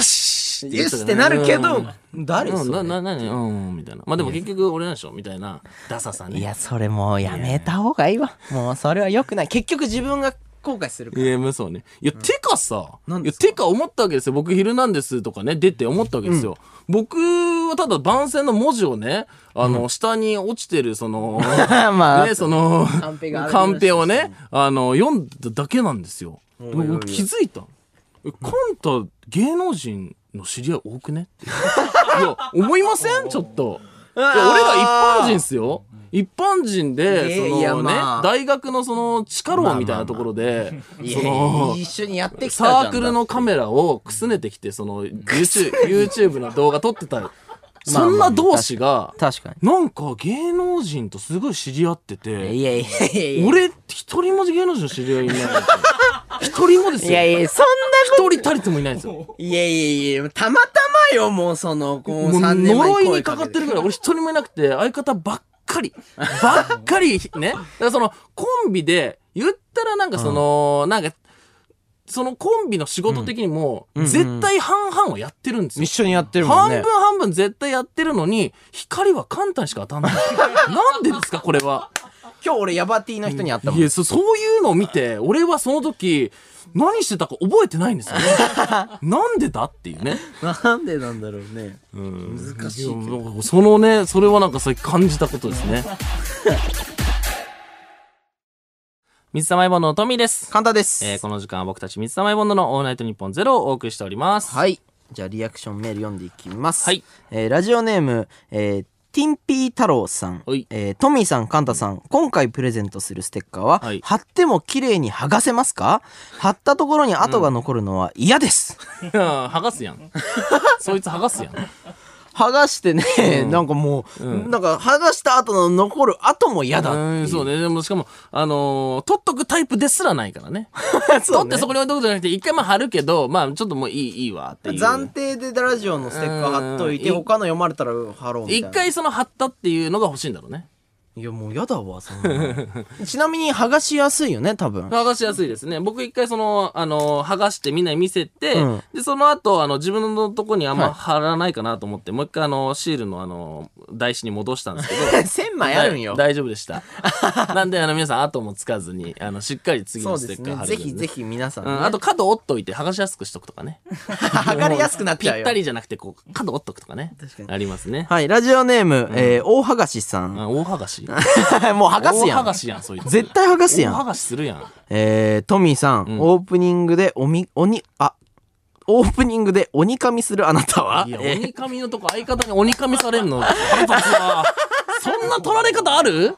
ししイエスってなるけど、誰うん、そな、れな、な、うん、みたいな。まあでも結局俺なんでしょみたいな、ダサさね。いや、それもうやめた方がいいわ。もうそれは良くない。結局自分が後悔するかいら。や、まあそうね。いや、てかさ、い何でや、すかてか思ったわけですよ。僕、ヒルナンデスとかね、出て思ったわけですよ。僕はただ番宣の文字をね、あの、下に落ちてる、そ の、まあね、その、カンペがあ るカンペをね、あの、読んだだけなんですよ。おいおいおい僕気づいた。えカンタ、芸能人の知り合い多くねって いや、思いませんちょっと。いや俺ら一般人っすよ。一般人で、いやいやそのねまあ、大学のその、地下牢みたいなところで、いそやの、一緒にやってきたじゃんサークルのカメラをくすねてきて、その、YouTube, YouTube の動画撮ってた、そんな同士が、確かなんか芸能人とすごい知り合ってに。いて、やいやいやいや。俺、一人も芸能人の知り合いいないんですよ。一人もですよ。いやいや、そんなこ一人たりともいないんですよ。と。いやいやいや、たまたまよ、もうその、こもうう3年前呪い声にかかってるぐらい、俺一人もいなくて、相方ばっかり、ばっかり、ね。だからその、コンビで、言ったらなんかその、なんか、そのコンビの仕事的にも、ん絶対半々はやってるんですよ。緒にやってる半分半分絶対やってるのに、光は簡単しか当たんない。なんでですか、これは。今日俺、ヤバティの人に会ったもいん。やそ、そういうのを見て、俺はその時、何してたか覚えてないん ですよね。なんでだっていうね。なんでなんだろうね。難しいや。なんかそのね、それはなんかさ感じたことです ね。水溜りボンドのトミーです。簡単です。えーこの時間は僕たち水溜りボンドのオールナイトニッポンゼロをお送りしております。はい。じゃあ、リアクションメール読んでいきます。はい。 えーラジオネーム、えーティンピー太郎さんはい、えートミーさん、カンタさん、今回プレゼントするステッカーは、はい貼っても綺麗に剥がせますか貼ったところに跡が残るのは嫌です。いや剥がすやん。 そいつ剥がすやん。剥がしてね、なんかもう、なんか剥がした後の残る跡も嫌だってういん、う。そうね。でも、しかも、あのー取っとくタイプですらないからね。 そう取っねてそこに置いとくじゃなくて、一回まあ貼るけど、まあ、ちょっともういい、いいわっていう。暫定でラジオのステッカー貼っといて、うん他の読まれたら貼ろうみたい一な。回その貼ったっていうのが欲しいんだろうね。いや、もう嫌だわ、そんな のちなみに剥がしやすいよね、多分。剥がしやすいですね。僕一回その、あのー、剥がしてみんなに見せて、うんで、その後、あの、自分のとこにあんはいま貼らないかなと思って、もう一回あの、シールのあの、台紙に戻したんですけ ど。 1000枚あるんよ。大大丈夫でした。 なんで、あの、皆さん後もつかずに、あの、しっかり次 そのうステですッカーね貼。るぜんでひぜひ皆さん、うねん、あと角折っといて剥がしやすくしとくとかね。剥がれやすくなっちゃうよぴった。りじゃなくて、こう、角折っとくとかね。確かにありますね。はい、ラジオネーム、えー大剥がしさん。あ大剥がし。 もう剥がす大や剥がん。しやん、そいつ。絶対剥がすや大剥ん。がしするやん。えー、トミーさん、オープニングでおみ、おに、あ、オープニングで鬼噛みするあなたはいや、えー鬼神のとこ相方に鬼神されんの。 腹立つわ。そんな取られ方あ る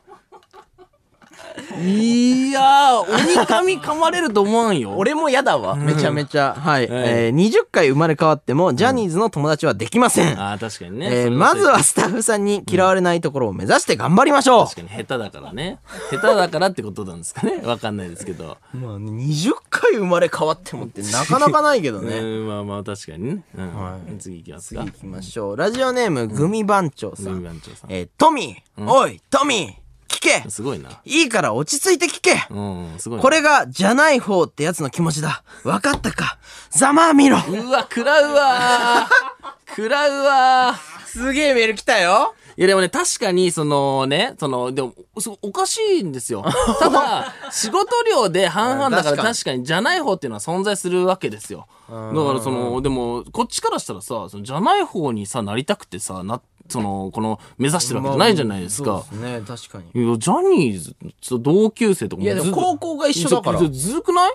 いやー、鬼神噛まれると思わんよ。俺も嫌だわ。めちゃめちゃ。はい。えー、20回生まれ変わっても、ジャニーズの友達はできません。ああ、確かにね。えそー、れまずはスタッフさんに嫌われないところを目指して頑張りましょう確かに下手だからね。下手だからってことなんですかね。わかんないですけど。まあ、20回生まれ変わってもってなかなかないけどう ね。ん、まあまあ確かにね。うんは次行きます次か行。きましょう。ラジオネーム、グミ番長さん。グミ番長さんえートミー、おい、トミー、聞けすごいな。いいから落ち着いて聞け、うん、すごいな。これが、じゃない方ってやつの気持ちだ。わかったかざまあみろうわ、食らうわー。食らうわー。すげえメール来たよいやでもね、確かに、そのね、その、でも、そうおかしいんですよ。ただ、仕事量で半々だかうん確らかに確かに、じゃない方っていうのは存在するわけですよ。だからその、でも、こっちからしたらさ、そのじゃない方にさ、なりたくてさ、な、その、この、目指してるわけじゃないじゃないですか。そうですね、確かに。いや、ジャニーズと同級生とかいや、でも高校が一緒だから。ずいずずるくない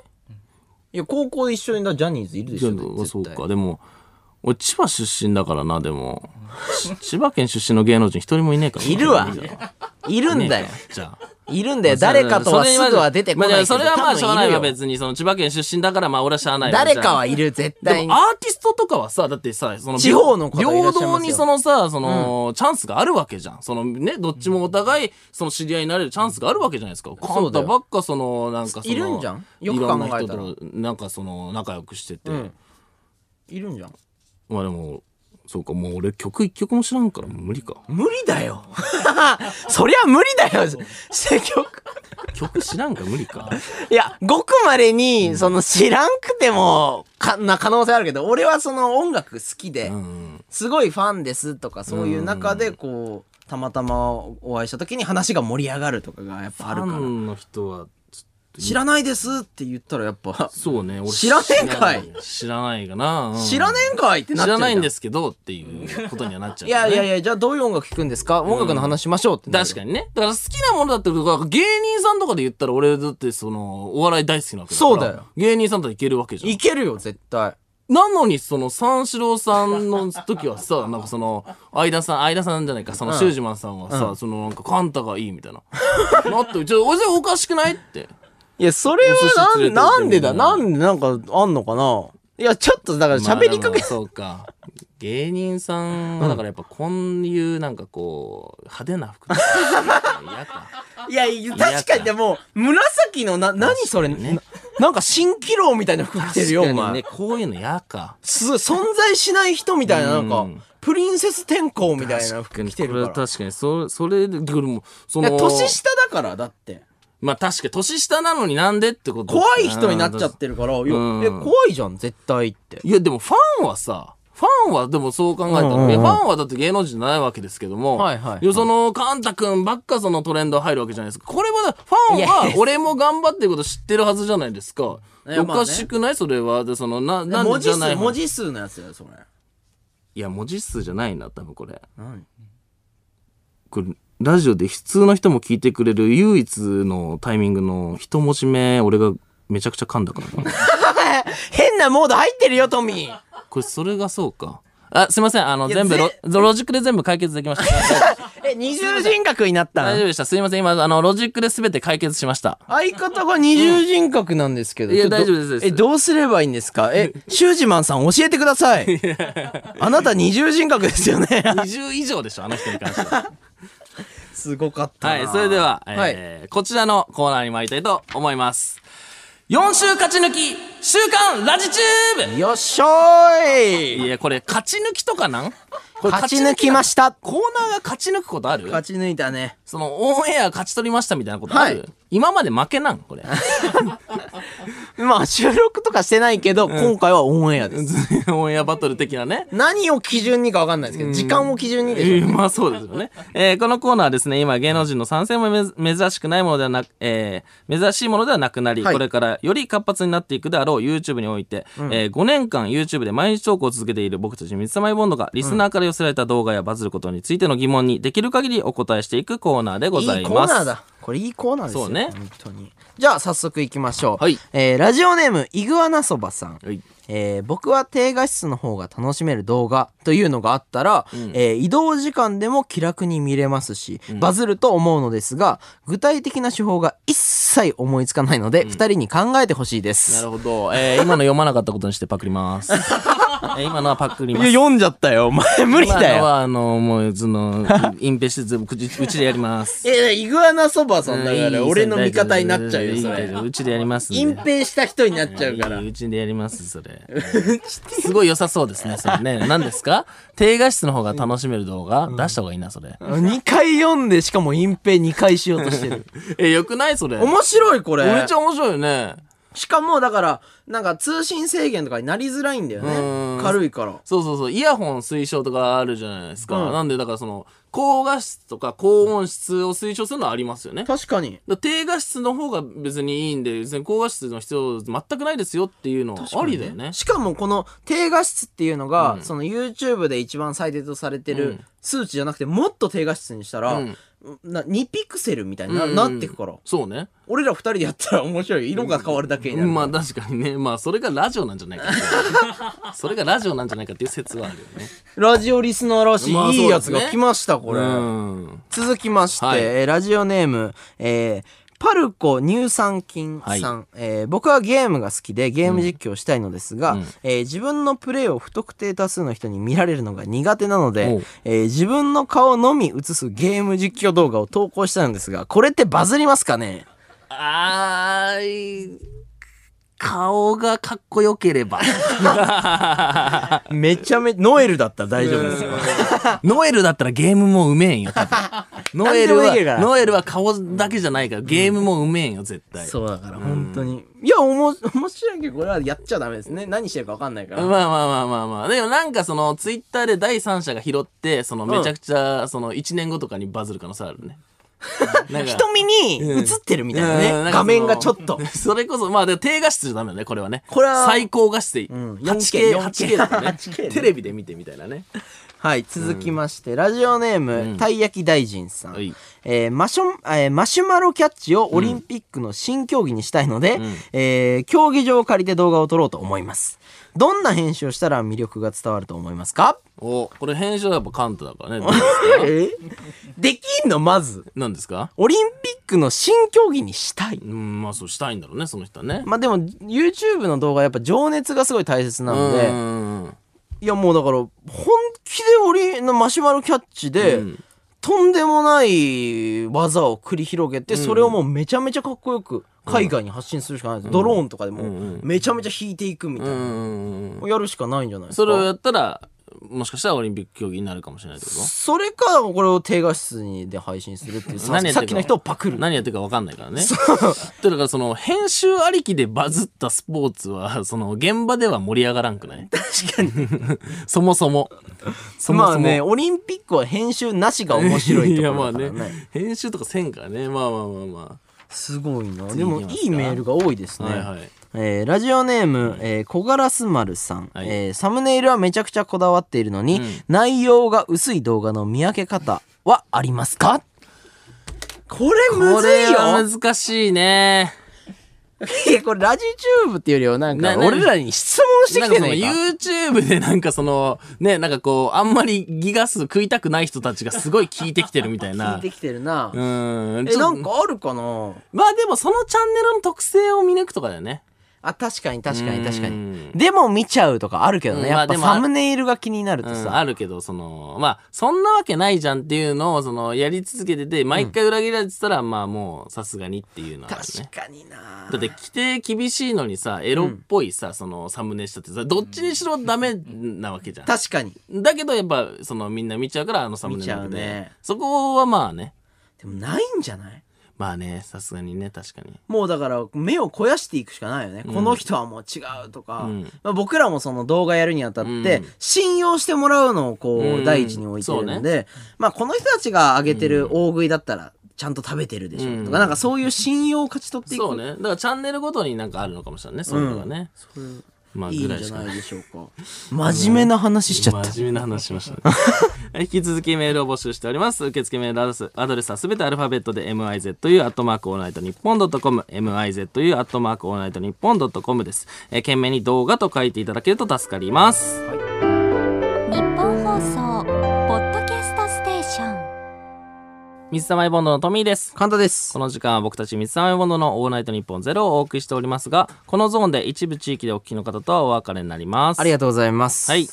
や、高校で一緒にだジャニーズいるでしょ。絶対そうか。でも、俺、千葉出身だからな、でも。 千葉県出身の芸能人一人もいねえからな。いるわ いねえかいるんだよ。じゃあ。いるんだよ。誰かとはすぐは出てこないけど。まあそれはま多あ、分しょうがないわ、るよ別に。その、千葉県出身だから、まあ、俺はしゃあないわ誰かはいる、絶じゃあ対でにも。アーティストとかはさ、だってさ、その、地方の方いらっしゃいま平すよ等にそのさ、その、チャンスがあるわけじゃん。そのね、どっちもお互い、その知り合いになれるチャンスがあるわけじゃないですか。カそうンタだよばっかその、なんかその、いるんじゃんよく考えたらいろんな人と、なんかその、仲良くしてて。うんいるんじゃん。まあでも、そうか、もう俺曲一曲も知らんからもう無理か。無理だよ そりゃ無理だ よせ曲曲知らんから無理 か。いやごくまでにその知らんくてもかな可能性あるけど俺はその音楽好きで、うん。すごいファンですとかそういう中でこうたまたまお会いした時に話が盛り上がるとかがやっぱあるフかァらンの人は、ちょっと知らないですって言ったらやっぱそうね、俺知らねえんかい知らない知らないかな。うん知らねえんかいってなっ知ちゃらうじゃないんですけどっていうことにはなっちゃう、いやいやいや。やじゃあどういう音楽聴くんですか音楽の話しましょうってなる確かにね。だから好きなものだってことだから芸人さんとかで言ったら俺だってそのお笑い大好きなわけからそうだよ。芸人さんとかいけるわけじゃんい。けるよ絶対なのに、その、三四郎さんの時はさ、なんかその、相田さん、相田さんじゃないか、その、シュージマンさんはさ、その、なんか、カンタがいいみたいな。なって、ちょ、俺じゃおかしくないって。いやそれはお寿司連れてっなてんなんでだみんななんでなんかあんのかないやちょっとだから 喋りかまあでけもそうか。芸人さんは、だからやっぱ、こういう、なんかこう、派手な 服とか。嫌か。いやいや確かにでも紫のな何それななんか蜃気楼みたいな服着てるよお確かに前ね、こういうの嫌か。す存在しない人みたいな、なんかうん、プリンセス天候みたいな服着てるこかれら。確かに、それ、それで、でも、そいやの、年下だから、だって。まあ確かに、年下なのになんでってこと。怖い人になっちゃってるから、いや、うんいや怖いじゃん、絶対って。いや、でもファンはさ、ファンはでもそう考えたら、うんうんうんいやファンはだって芸能人じゃないわけですけども、はいはいはいやその、カンタ君ばっかそのトレンド入るわけじゃないですか。これはだ、ファンいやは俺も頑張ってること知ってるはずじゃないですか。いやおまあかねしくないそれは。で、その、な、なん文でじ字ゃな数、い文字数のやつだよ、それ。いや、文字数じゃないな、多分これ。何これ、ラジオで普通の人も聞いてくれる唯一のタイミングの一文字目、俺がめちゃくちゃ噛んだからな。変なモード入ってるよ、トミー。これ、それがそうか。あ、すいません。あの、いや全部ロぜ、ロジックで全部解決できました。 え、二重人格になった大の丈夫でした。すいません。今、あの、ロジックで全て解決しました。相方が二重人格なんですけど。うんいやちょっと大丈夫ですえ、どうすればいいんですかえ、シュージマンさん教えてくだ さい。あなた二重人格ですよね。 20以上でしょ、あの人に関しては。 すごかったな。 はい、それでは、えーはいこちらのコーナーに参りたいと思います。4週勝ち抜き、週刊ラジチューよっしょーブいいや、これ、勝ち抜きとかなんこれ勝ち抜きまししたコーナーが勝ち抜くことある勝ち抜いたね。その、オンエア勝ち取りましたみたいなことある、はい今まで負けなんこ れ。まあ収録とかしてないけど、今回はオンエアです。オンエアバトル的なね。何を基準にか分かんないですけど、時間を基準にでえしーまあそうですよね。えーこのコーナーはですね、今芸能人の参戦もめず珍しくないものではなく、えー珍しいものではなくなり、はいこれからより活発になっていくであろう YouTube において、えー5年間 YouTube で毎日投稿を続けている僕たち水溜りボンドがリスナーから寄せられた動画やバズることについての疑問にできる限りお答えしていくコーナーでょ。ございいいコーます。ナーだ。これいいコーナーですよ。そうね本当に。じゃあ早速行きましょう。はいえーラジオネーム、イグアナそばさん。はいえー僕は低画質の方が楽しめる動画というのがあったら、えー移動時間でも気楽に見れますし、バズると思うのですが具体的な手法が一切思いつかないので、二人に考えてほしいでなす。るほど。えー今の読まなかったことにしてパクり ます。えー今のはパクります。読んじゃったよお前無理だ今のよ。は、あの、もう、その、隠蔽して全部、うちうちでやります。えイグアナそばさんだいかいら俺の味方になっちゃうよいいそいいれ。うちでやりますんで隠蔽した人になっちゃうからいい。うちでやりますそれすごい良さそうですねそれ ね何ですか低画質の方が楽しめる動画出した方がいいなそれ2回読んでしかも隠蔽2回しようとしてる。えよくないそれ面白いこれ。めっちゃ面白いよねしかもだからなんか通信制限とかになりづらいんだようんね軽いからそうそうそうイヤホン推奨とかあるじゃないですか、うんなんでだからその高画質とか高音質を推奨するのはありますよね確かにだから低画質の方が別にいいんで別に高画質の必要全くないですよっていうのはありだよねしかもこの低画質っていうのが、その YouTube で一番最低とされてうるん数値じゃなくてもっと低画質にしたら、うんな2ピクセルみたいにな,、うんなってくからそうね俺ら2人でやったら面白い色が変わるだけになる、まあ確かにねまあそれがラジオなんじゃないかっていうそれがラジオなんじゃないかっていう説はあるよねラジオリスナーらしい、まあいいやつそうですがね来ましたこれ、うん続きまして、はいえーラジオネーム、えーパルコ乳酸菌さん、はえー僕はゲームが好きでゲーム実況をしたいのですが、うんえー自分のプレーを不特定多数の人に見られるのが苦手なのおでう、えー自分の顔のみ映すゲーム実況動画を投稿したのですがこれってバズりますかねあーい顔がかっこよけれ ば。めちゃめちゃ、ノエルだったら大丈夫ですよ。ノエルだったらゲームもうめえんよ、多分ノエル何でもできるかは、らノエルは顔だけじゃないから、ゲームもうめえんよ、絶対。そうだから、本当に。いや、おも、面白いけど、これはやっちゃダメですね。何してるかわかんないかまあら。まあまあまあまあ。でもなんかその、ツイッターで第三者が拾って、そのめちゃくちゃ、その1年後とかにバズる可能性あるね。なんか瞳に映ってるみたいうんなね。画面がちょっと。。 それこそ、まあ、でも低画質じゃダメだね、これはね。これは最高画質でいい。ん 8K、 4K 8K だからね 8K ねテレビで見てみたいなね。はい、続きまして、ラジオネーム、たい焼き大臣さん。はいえーマションえーマシュマロキャッチをオリンピックの新競技にしたいので、えー競技場を借りて動画を撮ろうと思います。どんな編集をしたら魅力が伝わると思いますかおこれ編集はやっぱカントだからね。えできんのまず。何ですかオリンピックの新競技にしたい。うん、まあそうしたいんだろうね、その人はね。まあでも、YouTube の動画やっぱ情熱がすごい大切なので、うんいやもうだから、本気で俺のマシュマロキャッチで、うんとんでもない技を繰り広げて、それをもうめちゃめちゃかっこよく海外に発信するしかないです。ドローンとかでもんめちゃめちゃ引いていくみたいうんうな。んうん。やるしかないんじゃないですか。それをやったら、もしかしたらオリンピック競技になるかもしれないってことそれか、これを低画質にで配信するっていう、さ何やってるかさっきの人をパクる。何やってるか分かんないからね。だからその編集ありきでバズったスポーツはその現場では盛り上がらんくない確かに。 そもそも。そもまそあも。ね、オリンピックは編集なしが面白いとこやまろあだからねね。。編集とかせんからね。まあまあまあますごいな。次で行もきますかいいメールが多いですあ。ね。はいはい。えーラジオネーム、えー小ガラス丸さん、はいえーサムネイルはめちゃくちゃこだわっているのに、内容が薄い動画の見分け方はありますかこれこむずれいよは難しいね。い やこれラジチューブっていうよりはなんなかな俺らに質問してなきんかそてのないか YouTube でなんかそのね、なんかこうあんまりギガ数食いたくない人たちがすごい聞いてきてるみたい 聞。ないてきてるな、うん。えちなょっんとかあるかなまあでもそのチャンネルの特性を見抜くとかだよね。あ確かに確かうにん確かにでも見ちゃうとかあるけどうね、んまやあっぱでもあサムネイルが気になるとうん、さ、あるけど、その、まあ、そんなわけないじゃんっていうのを、その、やり続けてて、毎回裏切られてたら、まあもう、さすがにっていうのはあるね。確かになだって、規定厳しいのにさ、エロっぽいさ、その、サムネしたってさ、どっちにしろダメなわけじゃん。確かにだけど、やっぱ、その、みんな見ちゃうから、あのサムネなの見で、ちゃうねそこはまあね。でもないんじゃないまあね、さすがにね、確かに。もうだから目を肥やしていくしかないよね、この人はもう違うとか、うんまあ、僕らもその動画やるにあたっうてん信用してもらうのをこう、うん第一に置いてるそうので、ねまあこの人たちが上げてる大食いだったらちゃんと食べてるでしょとか、うんなんかそういう信用を勝ち取っていくそうね。だから、チャンネルごとになんかあるのかもしれないね、そういうのがね。まあ、いぐいんらいしじゃかないでしょうか真面目な話しちゃった、真面目な話しました ね引き続きメールを募集しております受付メールアドレスアドレスはすべてアルファベットで mizu アットマークオールナイトニッポンドットコム mizu アットマークオールナイトニッポンドットコムです、えー、懸命に動画と書いていただけると助かります日本放送ポッドキャストステーション水溜りボンドのトミーです簡単ですこの時間は僕たち水溜りボンドのオールナイトニッポンゼロをお送りしておりますがこのゾーンで一部地域でお聞きの方とはお別れになりますありがとうございます。はい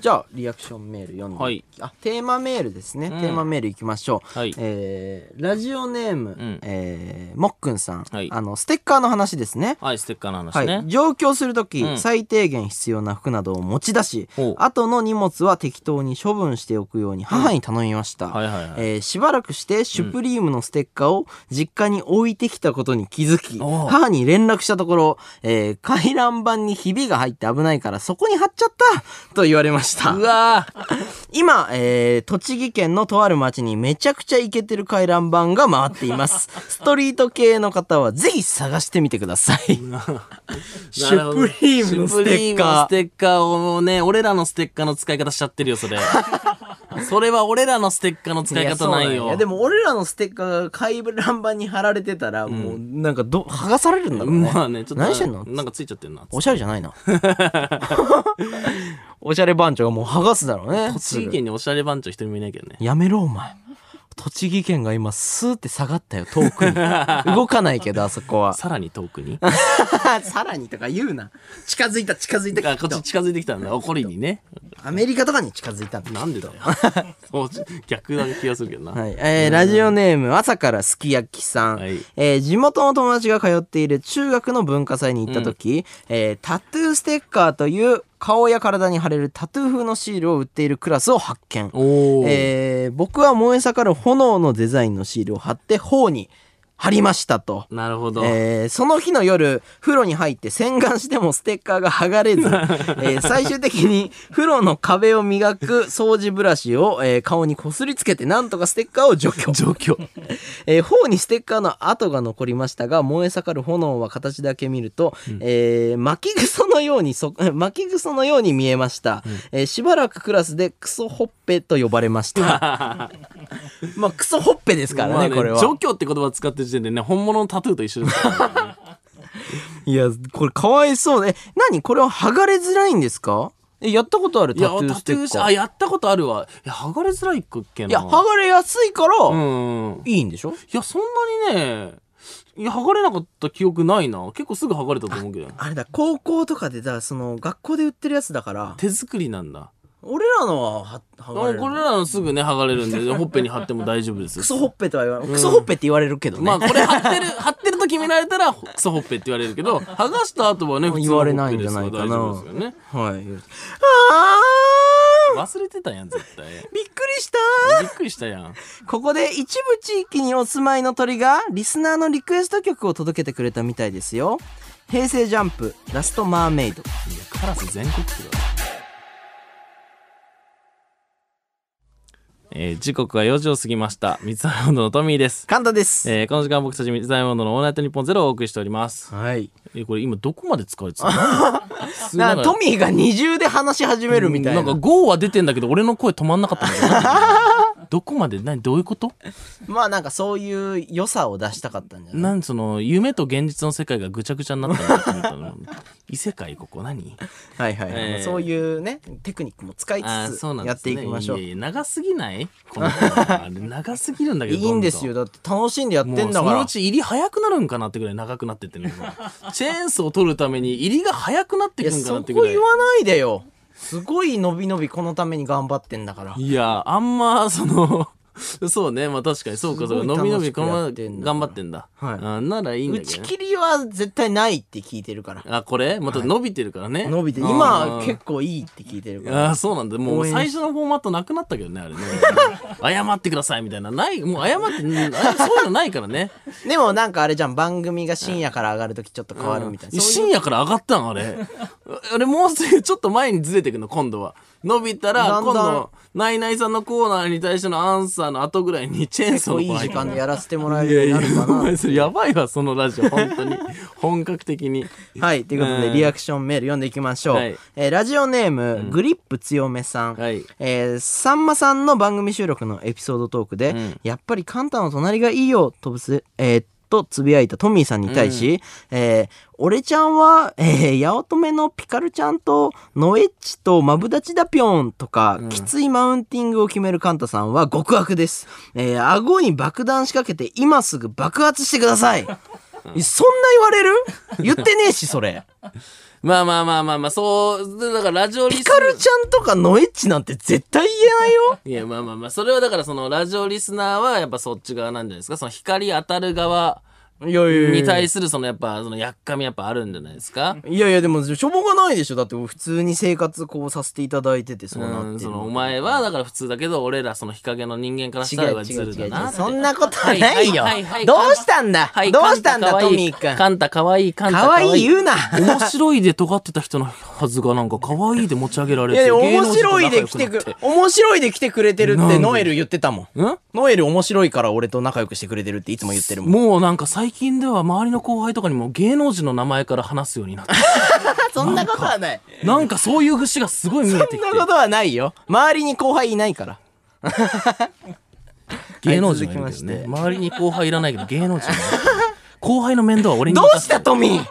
じゃあ、リアクションメール読んで。はいあ、テーマメールですね。テーマメールいきましょう。はいえーラジオネーム、んえーもっくんさん。はいあの、ステッカーの話ですね。はいステッカーの話はいね、上京するとき、うん最低限必要な服などを持ち出しほう後の荷物は適当に処分しておくように母に頼みました、はいはいはいえーしばらくしてシュプリームのステッカーを実家に置いてきたことに気づき、おう母に連絡したところ、えー回覧板にひびが入って危ないからそこに貼っちゃったと言われましたうわー今、えー栃木県のとある町にめちゃくちゃイケてる回覧板が回ってい ます。ストリート系の方はぜひ探してみてくださ い。シュプリームのステッシュプリームのスカー。テッカーをね、俺らのステッカーの使い方しちゃってるよ、 それ。それは俺らのステッカーの使い方ないよ。やでも俺らのステッカーが回覧板に貼られてたら、もうなんかど、剥がされるんだろうね。まあね、ちょっと。何してんのなんかついちゃってんな。おしゃれじ ゃないな。おしゃれ番長がもう剥がすだろうね。栃木県におしゃれ番長一人もいないけどね。やめろ、お前。栃木県が今、スーって下がったよ、遠く に。動かないけど、あそこ は。さらに遠くに。さらにとか言うな。近づいた、近づいあ、こっち近づいてきたんだ。怒りにね。けどアメリカとかに近づいたんだなんでだよそう逆な気がするけどな、はい。えーラジオネーム、朝からすき焼きさん。はいえー地元の友達が通っている中学の文化祭に行った時、えータトゥーステッカーという顔や体に貼れるタトゥー風のシールを売っているクラスを発見。おお、えー僕は燃え盛る炎のデザインのシールを貼って、頬に貼りましたと。なるほど、えーその日の夜風呂に入って洗顔してもステッカーが剥が れず、えー最終的に風呂の壁を磨く掃除ブラシを、えー顔にこすりつけてなんとかステッカーを 除去除去、 えー頬にステッカーの跡が残りましたが燃え盛る炎は形だけ見ると、えー巻き草のようにそ 巻き草のように見えました、えーしばらくクラスでクソほっぺと呼ばれました まあクソほっぺですからまあねこれは除去って言葉使ってる時点でね本物のタトゥーと一緒です からねいや、これかわいそうね。何これは剥がれづらいんですかえ、やったことあるいタやトゥータストテゥーッしカー。あいやったことあるわいや剥がれづらいっけなや、剥がれやすいから、うんいいんでしょいやそんなにねいや剥がれなかった記憶ないな結構すぐ剥がれたと思うけどあれだ、高校とかでだ、その、学校で売ってるやつだから、手作りなんだ 俺らのはは剥あがれるこれの。らのすぐね剥がれるんでほっぺに貼っても大丈夫 ですクソほっぺとは言わない。クソほっぺって言われるけどね。まあこれ貼ってる 貼ってると決められたらクソほっぺって言われるけど剥がした後はね普通のほっぺ言われないんじゃないですからかな大丈夫ですよねはい。あー忘れてたやん絶対びっくりしたびっくりしたやんここで一部地域にお住まいの鳥がリスナーのリクエスト曲を届けてくれたみたいですよ。平成ジャンプ、ラストマーメイド。いやカラス全国区だわえー時刻は4時を過ぎました三沢ラウンドのトミーです、簡単です。えーこの時間僕たち三沢ラウンドのオールナイトニッポンゼロをお送りしておりますはい。えーこれ今どこまで使われてたのすごい ななんんかかトミーが二重で話し始めるみたいな。んか GO は出てんだけど俺の声止まんなかったんだよどこまで何どういうことまあなんかそういう良さを出したかったんじゃないなんその夢と現実の世界がぐちゃぐちゃになったなって思ったの異世界ここ何はいはいはい、えーそういうね、テクニックも使いあーつつそうなんやでっすてねいきましょう。いやいや長すぎないこのコーナーあれ長すぎるんだけ いどいんですよ。どだって楽しんでやっどてんんどんもうそだかのうら。ち入り早くなるんかなってぐらい長くなってってねチェーンソーを取るために入りが早くなっていくや、んかなそってこぐらい言わないでよ。すごい伸び伸びこのために頑張ってんだから。いやあんまその そうねまあ確かにそうかそうかすのごびいの楽しびくこのまやまってんだから頑張ってんだ、はいあならいいんだ打けちど、ね、切りは絶対ないって聞いてるから。あこれまた伸びてるからね、伸びて、あー今結構いいって聞いてるから。ああそうなんだも応う援最初のフォーマットなくなったけどねあ れね謝ってくださいみたいなないもう謝ってうんあそういうのないからねでもなんかあれじゃん、番組が深夜から上がるときちょっと変わるみたいな。そういう深夜から上がったんあれあれもうすぐちょっと前にずれてくの今度は伸びたらだん今だん度ナイナイさんのコーナーに対してのアンサーの後ぐらいにチェーン結ソー構のいい時間でややらせてもらえるようになるかな。それやばいわそのラ ジオ本当に本格的にはい、ということで、うんリアクションメール読んでいきましょう。はいえーラジオネーム、グリップ強めさん。はいえーさんまさんの番組収録のエピソードトークで、んやっぱりカンタの隣がいいよ、とぶつ、えーとつぶやいたトミーさんに対し、えー俺ちゃんは、えー、八乙女のピカルちゃんとノエッチとマブダチだぴょんとか、きついマウンティングを決めるカンタさんは極悪です。えー顎に爆弾仕掛けて今すぐ爆発してください。そんな言われる言ってねえ し、それ。まあまあまあまあまあそうだからラジオリスピカルちゃんとかノエッチなんて絶対言えないよ。いや、まあまあまあ、それはだからそのラジオリスナーはやっぱそっち側なんじゃないですか。その光当たる側 いやいにやい対するそのやっぱ、そのやっかみやっぱあるんじゃないですか。や。いやいや、でも、しょぼがないでしょ。だって、普通に生活こうさせていただいてて、そううなってるん、そのお前はだから普通だけど、俺らその日陰の人間から違しうたら違ズうル違うだ違なう。って。そんなことはないよはいはいは。いどうしたんだはいどうしたんだ、カンタト可愛いミーくん。カンタ可愛いカンタかわいい言うな。面白いで尖ってた人のはずがなんか可愛いで持ち上げられいてや、でも芸能面人と白仲いで良来くなてっくれ、面白いで来てくれてるってんでノエル言ってたもん。んノエル面白いから俺と仲良くしてくれてるっていつも言ってるもん。 もうなんか最近では周りの後輩とかにも芸能人の名前から話すよう になってそんなことはない。なんかそういう節がすごい見えてきそんなてことはないよ。周りに後輩いないから。芸能人はいるけはい続どきましねて 周りに後輩いらないけど芸能人はいる後輩の面倒は俺にど任うしせたるトミー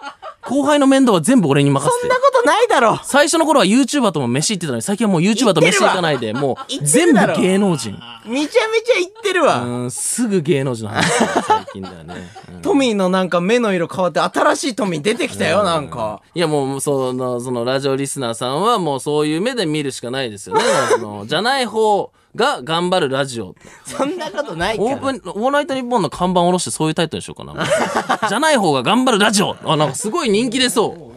後輩の面倒は全部俺に任せそんてな。ことないだろ最初の頃は YouTuber とも飯行ってたのに、最近はもう YouTuber と飯行かない で、も言っうて全る部だろ芸能人。めちゃめちゃ言ってるわ、うん、すぐ芸能人の話だな最近だよ ね。うんトミーのなんか目の色変わって新しいトミー出てきたよ、なんか。いやもうそのそのラジオリスナーさんはもうそういう目で見るしかないですよね。もうそのじゃない方が頑張るラジオ。そんなことないかオープら。ンオールナイトニッポンの看板下ろしてそういうタイトルにしようかな。も うじゃない方が頑張るラジオ。あなんかすごい人気出そう。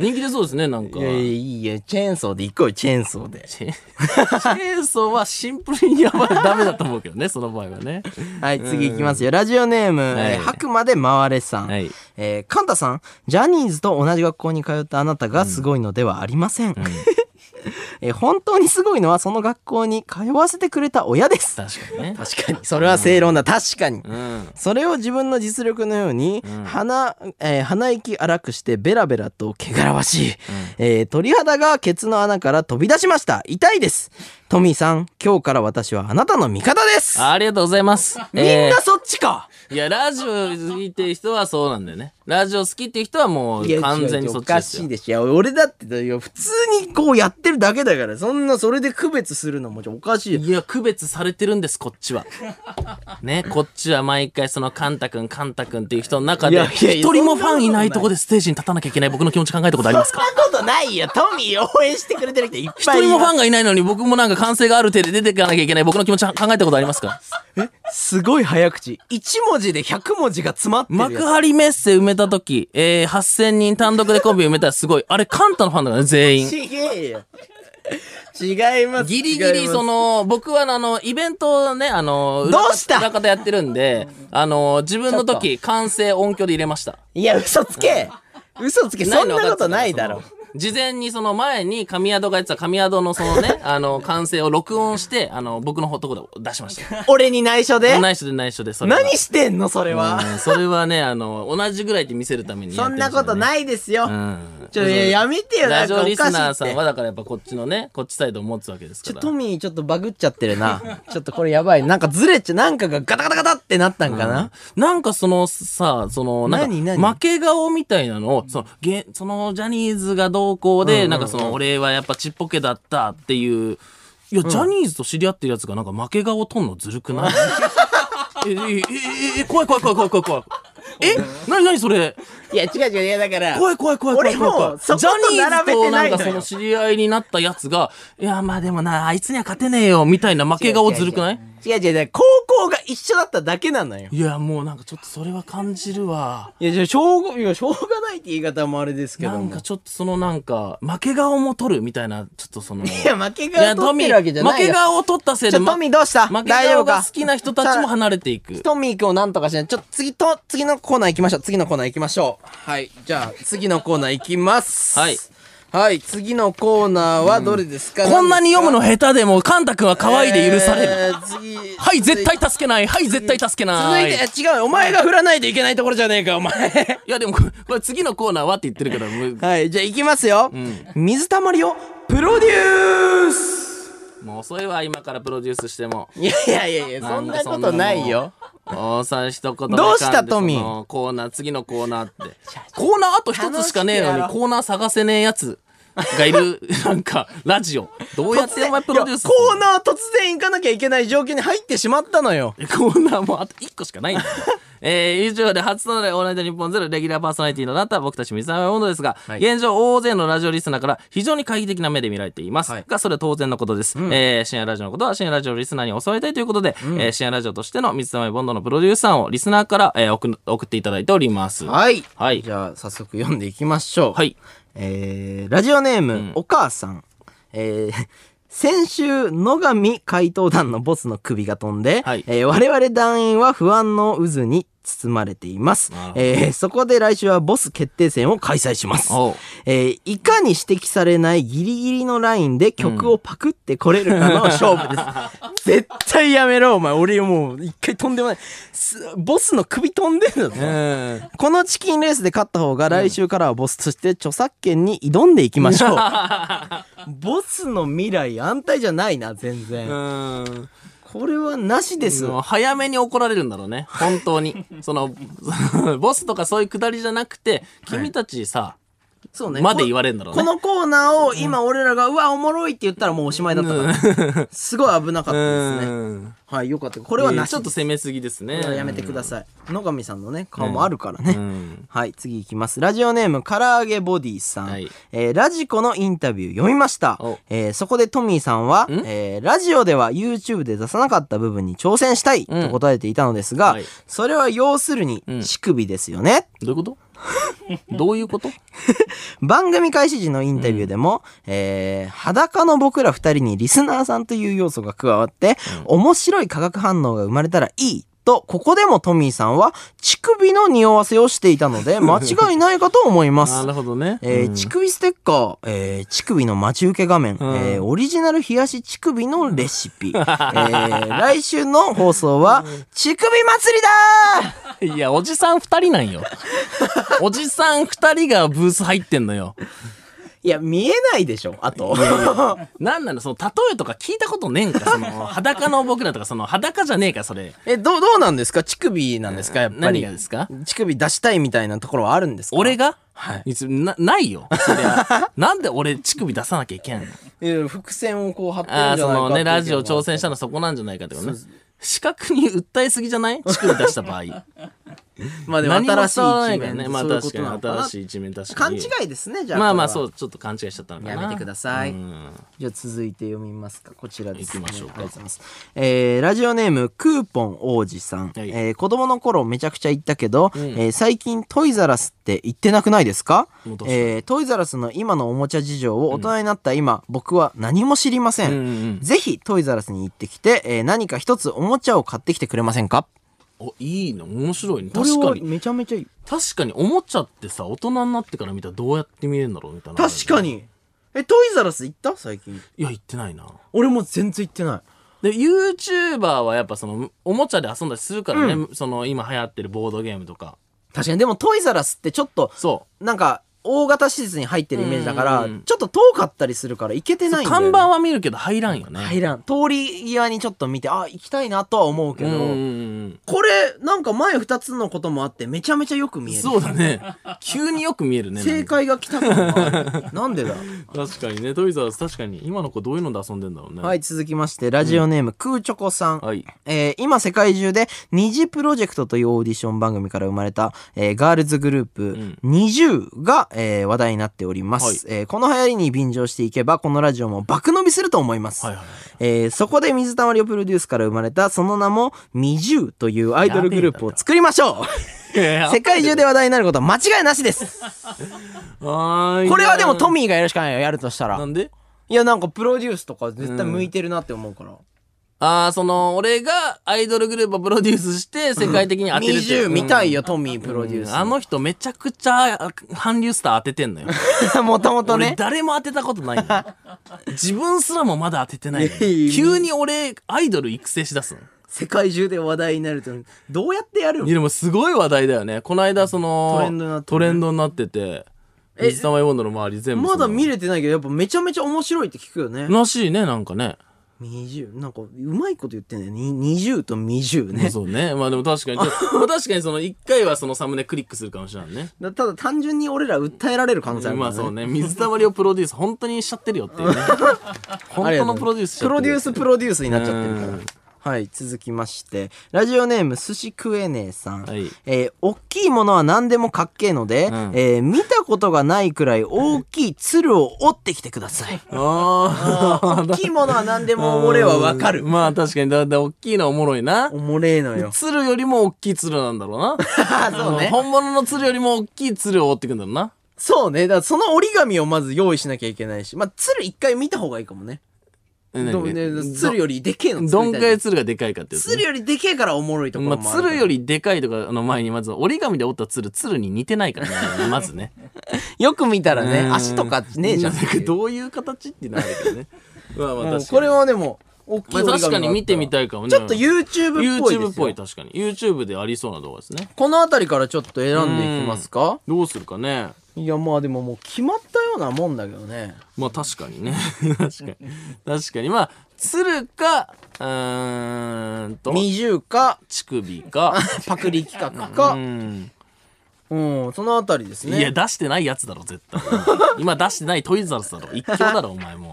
人気出そうですねなんか。いやいやいいよ、チェーンソーで行こうよ、チェーンソーで。チェチェーンソーはシンプルにやばいダメだと思うけどねその場合はね。はい、次行きますよ。ラジオネーム、はいえー白馬で回れさん。はいえー、カンタさん、ジャニーズと同じ学校に通ったあなたがすごいのではありません。 えー本当にすごいのはその学校に通わせてくれた親です。確かにね。確かに。それは正論だ。確かに。うん。それを自分の実力のように、鼻、えー鼻息荒くしてベラベラと汚らわしい、えー鳥肌がケツの穴から飛び出しました痛いですトミーさん今日から私はあなたの味方ですありがとうございます。みんなそっちか、いや、ラジオ好きっていう人はそうなんだよね。ラジオ好きっていう人はもいやう完全にそっおちかですしよい。でしょいや俺だってだよ普通にこうやってるだけだからそんなそれで区別するのもおかしいよいや、区別されてるんです、こっち は。ね、こっちは毎回その、カンタくん、カンタくんっていう人の中いやで、いやいや一人もファンいないとこでステージに立たなきゃいけない僕の気持ち考えたことありますそかんなことないよトミー応援してくれてる人いっ一ぱいい人もフますァンがいないのに僕もなんか歓声がある手で出ていかなきゃいけない僕の気持ち考えたことあります かすごい早口一文字で100文字が詰まってるやつ幕張メッセ埋めた時、えー、8000人単独でコンビ埋めたらすごい。あれ、カンタのファンだからね、全員。ちげえよ。違います。ギリギリ、その、僕はあの、イベントをね、あの、どうした裏方やってるんで、あの、自分の時、完成音響で入れました。違います。いや、嘘つけ嘘つけそんなことないだろ。。事前にその前に神宿がやってた神宿のその ね、あの、完成を録音して、あの、僕のとこで出しました。俺に内緒で内緒で内緒で、それは何してんのそれは。うんそれはね、あの、同じぐらいで見せるためにやそってんましたなことね。ないですよ。うん。ちょ、いややめてよ、ラなんジかおオかしいリっスナーさんはて。だからやっぱこっちのね、こっちサイドを持つわけですちから。ょ、トミーちょっとバグっちゃってるな。ちょっとこれやばい。なんかずれちゃ、なんかがガタガタガタってなったんかな、なんかそのさ、その、なん何か何負け顔みたいなのを、その、げそのジャニーズが同行で、なんかその、俺はやっぱちっぽけだったっていう、いや、ジャニーズと知り合ってるやつがなんか負け顔をとんのずるくない え、え、え、え、え、怖い怖い怖い怖い怖い怖い。 えなになにそれいや、違う違う。いや、だから。怖い怖い怖い怖い怖い怖俺もい。そこと並べジャニーズてとなないんのよかその知り合いになったやつが、いや、まあでもな、あいつには勝てねえよ、みたいな負け顔ずるくない違う違う違う。高校が一緒だっただけなのよ。いや、もうなんかちょっとそれは感じるわ。いや、じゃあ、しょうが、いや、しょうがないって言い方もあれですけどなも。んかちょっとそのなんか、負け顔も取るみたいな、ちょっとその。い いや、負けが取ってるわけじゃないよ。負け顔を取ったせいちで、ょ、まトミーどうした負け大丈顔夫かが好きな人たちも離れていく。トミーくんをなんとかしない。ちょ、次と、次のコーナー行きましょう。次のコーナー行きましょう。はい。じゃあ、次のコーナー行きます。はい。はい。次のコーナーはどれです か、こんなに読むの下手でも、カンタ君は可愛いで許される。えー次。はい、絶対助けない。はい、絶対助け続ないい。て、え違うよ。お前が振らないといけないところじゃねえか、お前。いや、でも これ、これ次のコーナーはって言ってるけど、もう はい。じゃあ、行きますよ。水たまりをプロデュースもう遅いわ、今からプロデュースしても。いやいやいやいや、そんなことないよ。。 おさん一言どうしたトミーそのコーナー、次のコーナーって。コーナーあと一つしかねえのに、楽しくやろうコーナー探せねえやつがい る、なんか、ラジオ。どうやってお前プロデュースいやコーナー突然行かなきゃいけない状況に入ってしまったのよ。コーナーもうあと1個しかないんだよえー、以上で初となるオールナイト日本ゼロレギュラーパーソナリティとなった僕たち水溜りボンドですが、はい現状大勢のラジオリスナーから非常に懐疑的な目で見られています、はいが、それは当然のことです。えー深夜ラジオのことは深夜ラジオリスナーに教わりたいということで、えー深夜ラジオとしての水溜りボンドのプロデューサーをリスナーから、えー送送っていただいております。い。はい。はいじゃあ、早速読んでいきましょう。はい。えー、ラジオネーム、お母さん。えー、 先週、野上回答団のボスの首が飛んで、はいえー我々団員は不安の渦に包まれていますなる。ほどえーそこで来週はボス決定戦を開催します。おうえーいかに指摘されないギリギリのラインで曲をパクってこれるかの勝 負です。絶対やめろ、お前。俺もう一回とんでもない。すボスの首飛んでんだぞ。うん。このチキンレースで勝った方が来週からはボスとして著作権に挑んでいきま しょう。ボスの未来安泰じゃないな、全然。うん。これはなしですもう早めに怒られるんだろう ね。本当に。その、 ボスとかそういうくだりじゃなくて、君たちさ、そうまで言われるんだろうこね。のコーナーを今俺らが、うわ、おもろいって言ったらもうおしまいだったから。すごい危なかっうたですね。ん。はい、よかった。ここれはなしちょっと攻めすぎですね。やめてください。野上さんのね、顔もあるからね。うん。はい、次いきます。ラジオネーム、から揚げボディさん。はいえーラジコのインタビュー読みましたお。えーそこでトミーさんは、んえーラジオでは YouTube で出さなかった部分に挑戦したいうんと答えていたのですが、はいそれは要するにうん乳首ですよね。どういうこと どういうこと番組開始時のインタビューでも、えー裸の僕ら二人にリスナーさんという要素が加わって、面白い化学反応が生まれたらいい。と、ここでもトミーさんは乳首の匂わせをしていた ので、間違いないかと思いますな。るほどね。えー乳首ステッカー、えー乳首の待ち受け画面、んえーオリジナル冷やし乳首のレシ ピ、えー来週の放送は、乳首祭り だいや、おじさん二人なんよ。 おじさん二人がブース入ってんのよ。ーいや、見えないでしょ、あと。なんなのその例えとか聞いたことねえんかその裸の僕らとかその裸じゃねえかそれ。え、どう、どうなんですか乳首なんですかやっぱ何り。がですか乳首出したいみたいなところはあるんですか俺がはいいつなないよ。 そりゃなんで俺乳首出さなきゃいけんのいや伏線をこう貼ってるんじゃあなあ、いかそのっていね、うのがラジオ挑戦したのそこなんじゃないかってことね。視覚に訴えすぎじゃない乳首出した場合。 まあでも何も新しい伝わらな一いから面ね。まあそういう確ことかなのにかな新しい一面確か勘に。違いですね、じゃあ。。まあまあそうう、ちょっと勘違いしちゃったのかな。やめてくださいうんじゃあ続いて読みますか。こちらです、ね。行きましょうかありがとございます。えー、ラジオネーム、クーポン王子さん。はいえー、子供の頃めちゃくちゃ行ったけど、えー最近トイザラスって行ってなくないですかもう確かにえー、トイザラスの今のおもちゃ事情を大人になった今、僕は何も知りません。うんうんぜひトイザラスに行ってきて、えー何か一つおもちゃを買ってきてくれませんかお、いいの面白いね。確かに。めちゃめちゃいい。確かに、おもちゃってさ、大人になってから見たらどうやって見れるんだろうみたいな。確か。に。え、トイザラス行った最近。いや、言ってないな。俺もう全然行ってなでい。YouTuber はやっぱそのおもちゃで遊んだりするからね、その今流行ってるボードゲームとか確かに、でもトイザラスってちょっと、そなんか、大型施設に入ってるイメージだから、うんちょっと遠かったりするから行けてうないんだよ、看ね。板は見るけど入らんよね入らん。通り際にちょっと見て、あ、行きたいなとは思うけうど、んうんこれ、なんか前二つのこともあって、めちゃめちゃよくう見んえる。そうだね急によく見えるね正解が来たから なんでなだんか確かにねトイザらス確かに今の子どういうので遊んでんだろうねはい、続きまして、ラジオネーム、クーチョコさん。はいえー今世界中で二次プロジェクトというオーディション番組から生まれた、えーガールズグループん20が、えー話題になっております、えーこの流行りに便乗していけばこのラジオも爆伸びすると思います、はいはいえーそこで水溜りをプロデュースから生まれたその名も20というアイドルグループを作りましょう世界中で話題になることは間違いなしですここれはでもトミーがやるしかないよやるとしたらなんでいやなんかプロデュースとか絶対向いてるなって思うから、ああその俺がアイドルグループをプロデュースして世界的に当てるって20見たいよ、トミープロデュース、あの人めちゃくちゃあ韓流スター当ててんのよもともと俺ね。誰も当てたこと ないのよ自分すらもまだ当ててないのいやいにや急に俺アイドル育成しだすの世界中で話題になると思うどうやってやるいやでもすごい話題だよねこの間そのトレンドになってるトレンドになってて水溜りボンドの周り全部まだ見るれてないけど、やっぱめちゃめちゃ面白いって聞くよね。らしいねなんかね20。なんか、うまいこと言ってんだよね。に20と20ね。そうねまあでも確か にまあ確かにその1回はそのサムネクリックするかもしれないねだただ単純に俺ら訴えられる可能性あるかまあらね。そうね水溜りをプロデュース本当にしちゃってるよって いうねあ本りが当のとうプごロざデいューまスしちゃすプってるロデュースプロデュースになっちゃってるかうらん。はい、続きまして。ラジオネーム、寿司食えねえさん。はいえー、大きいものは何でもかっけえので、んえー見たことがないくらい大きい鶴を折ってきてく ださい。ああ大きいものは何で もおもれはわかる。まあ確かにだだ大きいのはおもろいなおもれ えのよ。鶴よりも大きい鶴なんだろうなそうね。本物の鶴よりも大きい鶴を追ってくんだろうなそうね。だからその折り紙をまず用意しなきゃいけないし。まあ、鶴一回見た方がいいかもね。えど何ね、鶴どよりでけえのど作りたいんじゃくんらい鶴がでかいかってやつね鶴よりでけえからおもろいとこまろあ、もある。鶴よ。りでかいとかの前にまず折り紙で折った鶴鶴に似てないから ねまずねよく見たらねう、ん足とかねえじゃんな。かどういう形ってなるけ どねまあまあもう確こかれに、はでも、大きいまあ、折り紙確があったからに見てみたいかもねちょっと YouTube っぽいですよ。 YouTube っぽい確かに YouTube でありそうな動画ですねこの辺りからちょっと選んでいきますか。どうするかねいや、まあでももう決まったようなもんだけどね。 まあ確かにね確かに確かにまあ鶴か、うーんと、 20か乳首 か、パクリ企画うか、ん。うん、そのあたりですねいや、出してないやつだろ、絶対。今出してないトイザラスだろ。一強だろ、お前 もう。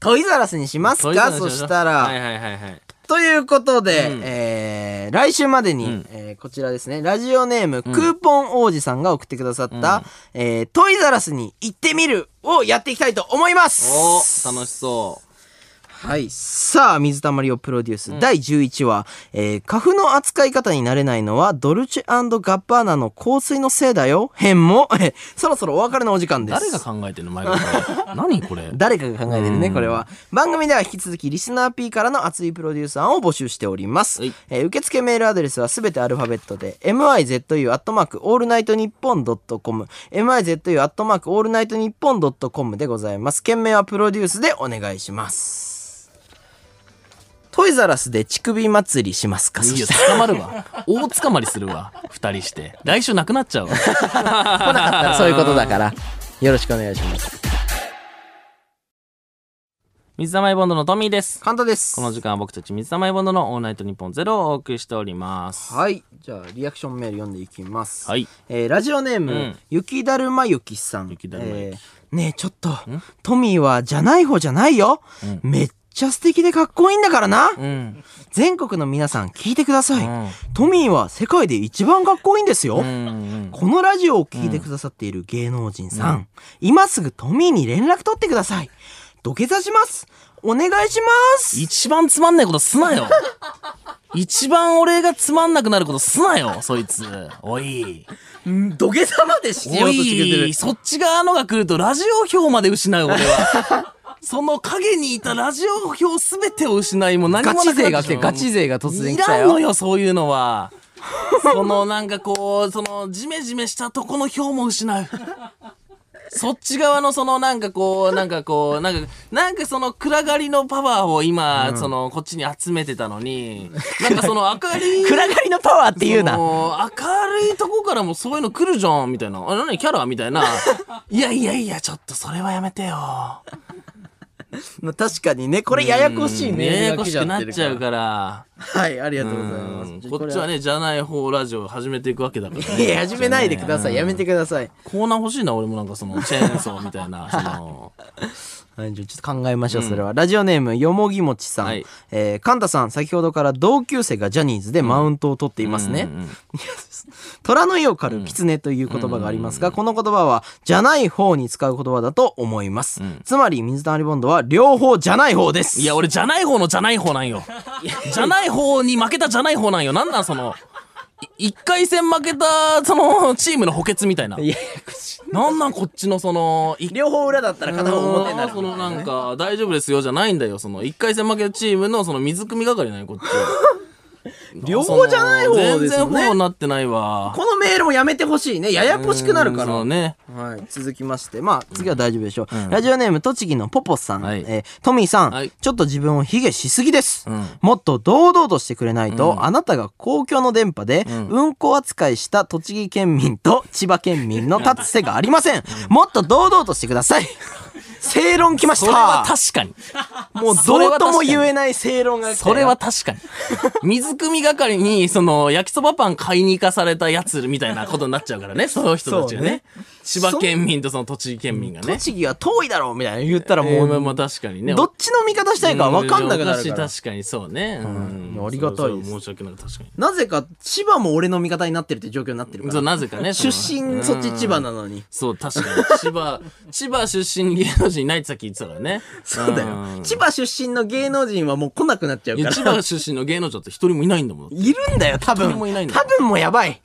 トイザラスにしますトイザかラスそにしまょしうたら、はいはいはいはい。ということで、うんえー来週までに、うんえーこちらですね、ラジオネーム、クーポン王子さんが送ってくださった、えートイザラスに行ってみるをやっていきたいと思いますおー、楽しそう。はい。さあ、水溜りをプロデュース、第11話、えー、花粉の扱い方になれないのは、ドルチェガッバーナの香水のせいだよ編も、 えそろそろお別れのお時間です。誰が考えてんの、前 から。何これ。誰かが考えてるね、うんこれは。番組では引き続き、リスナー P からの熱いプロデューサーを募集しております。はいえー受付メールアドレスはすべてアルファベットで、mizu.allnightnippon.com、mizu.allnightnippon.com でございます。件名はプロデュースでお願いします。トイザラスで乳首祭りしますかそいいよ、した捕らまるわ。大捕まりするわ。二人して。来週なくなっちゃうわ。来なかったらそういうことだから、よろしくお願いします。 水溜りボンドのトミーです。簡単です。この時間は僕たち水溜りボンドのオールナイトニッポンゼロをお送りしております。はい。じゃあ、リアクションメール読んでいきます。はい。えーラジオネーム、うん雪だるまゆきさん。雪だるまゆきえーねえ、ちょっと、トミーは、じゃない方じゃないよ、めっちゃ素敵でかっこいいんだからな、うん。全国の皆さん聞いてください、うんトミーは世界で一番かっこいいんですよ、うんうん。このラジオを聞いてくださっている芸能人さん、今すぐトミーに連絡取ってください。土下座しますお願いします一番つまんないことすなよ。一番俺がつまんなくなることすなよ、そいつ。おい。ん土下座までしおい、そっち側のが来るとラジオ票まで失う、俺 は。その影にいたラジオ票すべてを失い、もう何もガなくなチってしま勢うが来て、ガチ勢が突然い来たらんのよ。よ、そういうのは。そのなんかこう、そのジメジメしたとこの票も失う。そっち側のそのなんかこう、なんかこう、なんか、なんかその暗がりのパワーを今、そのこっちに集めてたのに、なんかその明かり、暗がりのパワーって言うな。もう明るいとこからもそういうの来るじゃんみたいな。あ、何キャラみたいな。いやいやいや、ちょっとそれはやめてよ。まあ確かにね、これややこしいね。ややこしくなっちゃうから。はい、ありがとうございまうんす。こっちはね、じゃない方ラジオ始めていくわけだから、いね。や、始めないでください。やめてください。コーナー欲しいな、俺もなんかその、チェーンソーみたいな、その、はい、じゃあちょっと考えましょう、それは。ラジオネーム、よもぎもちさん。はいえー、カンタさん、先ほどから同級生がジャニーズでマウントを取っていますね。うんうんうん虎の意を狩る狐という言葉がありますが、この言葉は、じゃない方に使う言葉だと思います。つまり、水溜りボンドは、両方じゃない方です。いや、俺、じゃない方のじゃない方なんよ。じゃない方に負けたじゃない方なんよ。なんなん、その、い一回戦負けた、その、チームの補欠みたいな。いや、ややこしいなんなん、こっちの、その、い 両方裏だったら片方表になるそ。のなんか、大丈夫ですよじゃないんだよ。その、一回戦負けたチームの、その、水汲み係なんよ、こっちは。両方じゃない方ですよね全然方になってないわ。このメールもやめてほしいね。ややこしくなるかうんそらう。ね。はい、続きまして、まあ、次は大丈夫でしょう。ラジオネーム、栃木のポポさん、はいえートミーさん、はいちょっと自分を卑下しすぎです、うんもっと堂々としてくれないと、あなたが公共の電波で、うんこ扱いした栃木県民と千葉県民の立つ瀬がありません。もっと堂々としてく ださい。正論来ましそれはた。確かに。もうそれどは確うとかもに言えない正論が来たよそれは、確かに。水汲み係に、その、焼きそばパン買いに行かされたやつみたいなことになっちゃうから ね、その人たちがね。千葉県民とその栃木県民がね。栃木は遠いだろうみたいな言ったらもう、えーまあまあ確かにね。どっちの味方したいか分かんなくなるから。確かにそうね。うんいやありがたいですそうそう申し訳ない。確かに。なぜか千葉も俺の味方になってるって状況になってるかそう、ら。なぜかね。出その身そっち千葉なのに。そう、確かに。千葉、 千葉出身芸能人いないってさっき言ってたからね。そうだんよ。千葉出身の芸能人はもう来なくなっちゃういやか千ら。葉出身の芸能人って一人もいないんだもん。いるんだよ、多一人もいない分。んだ多分もうやばい。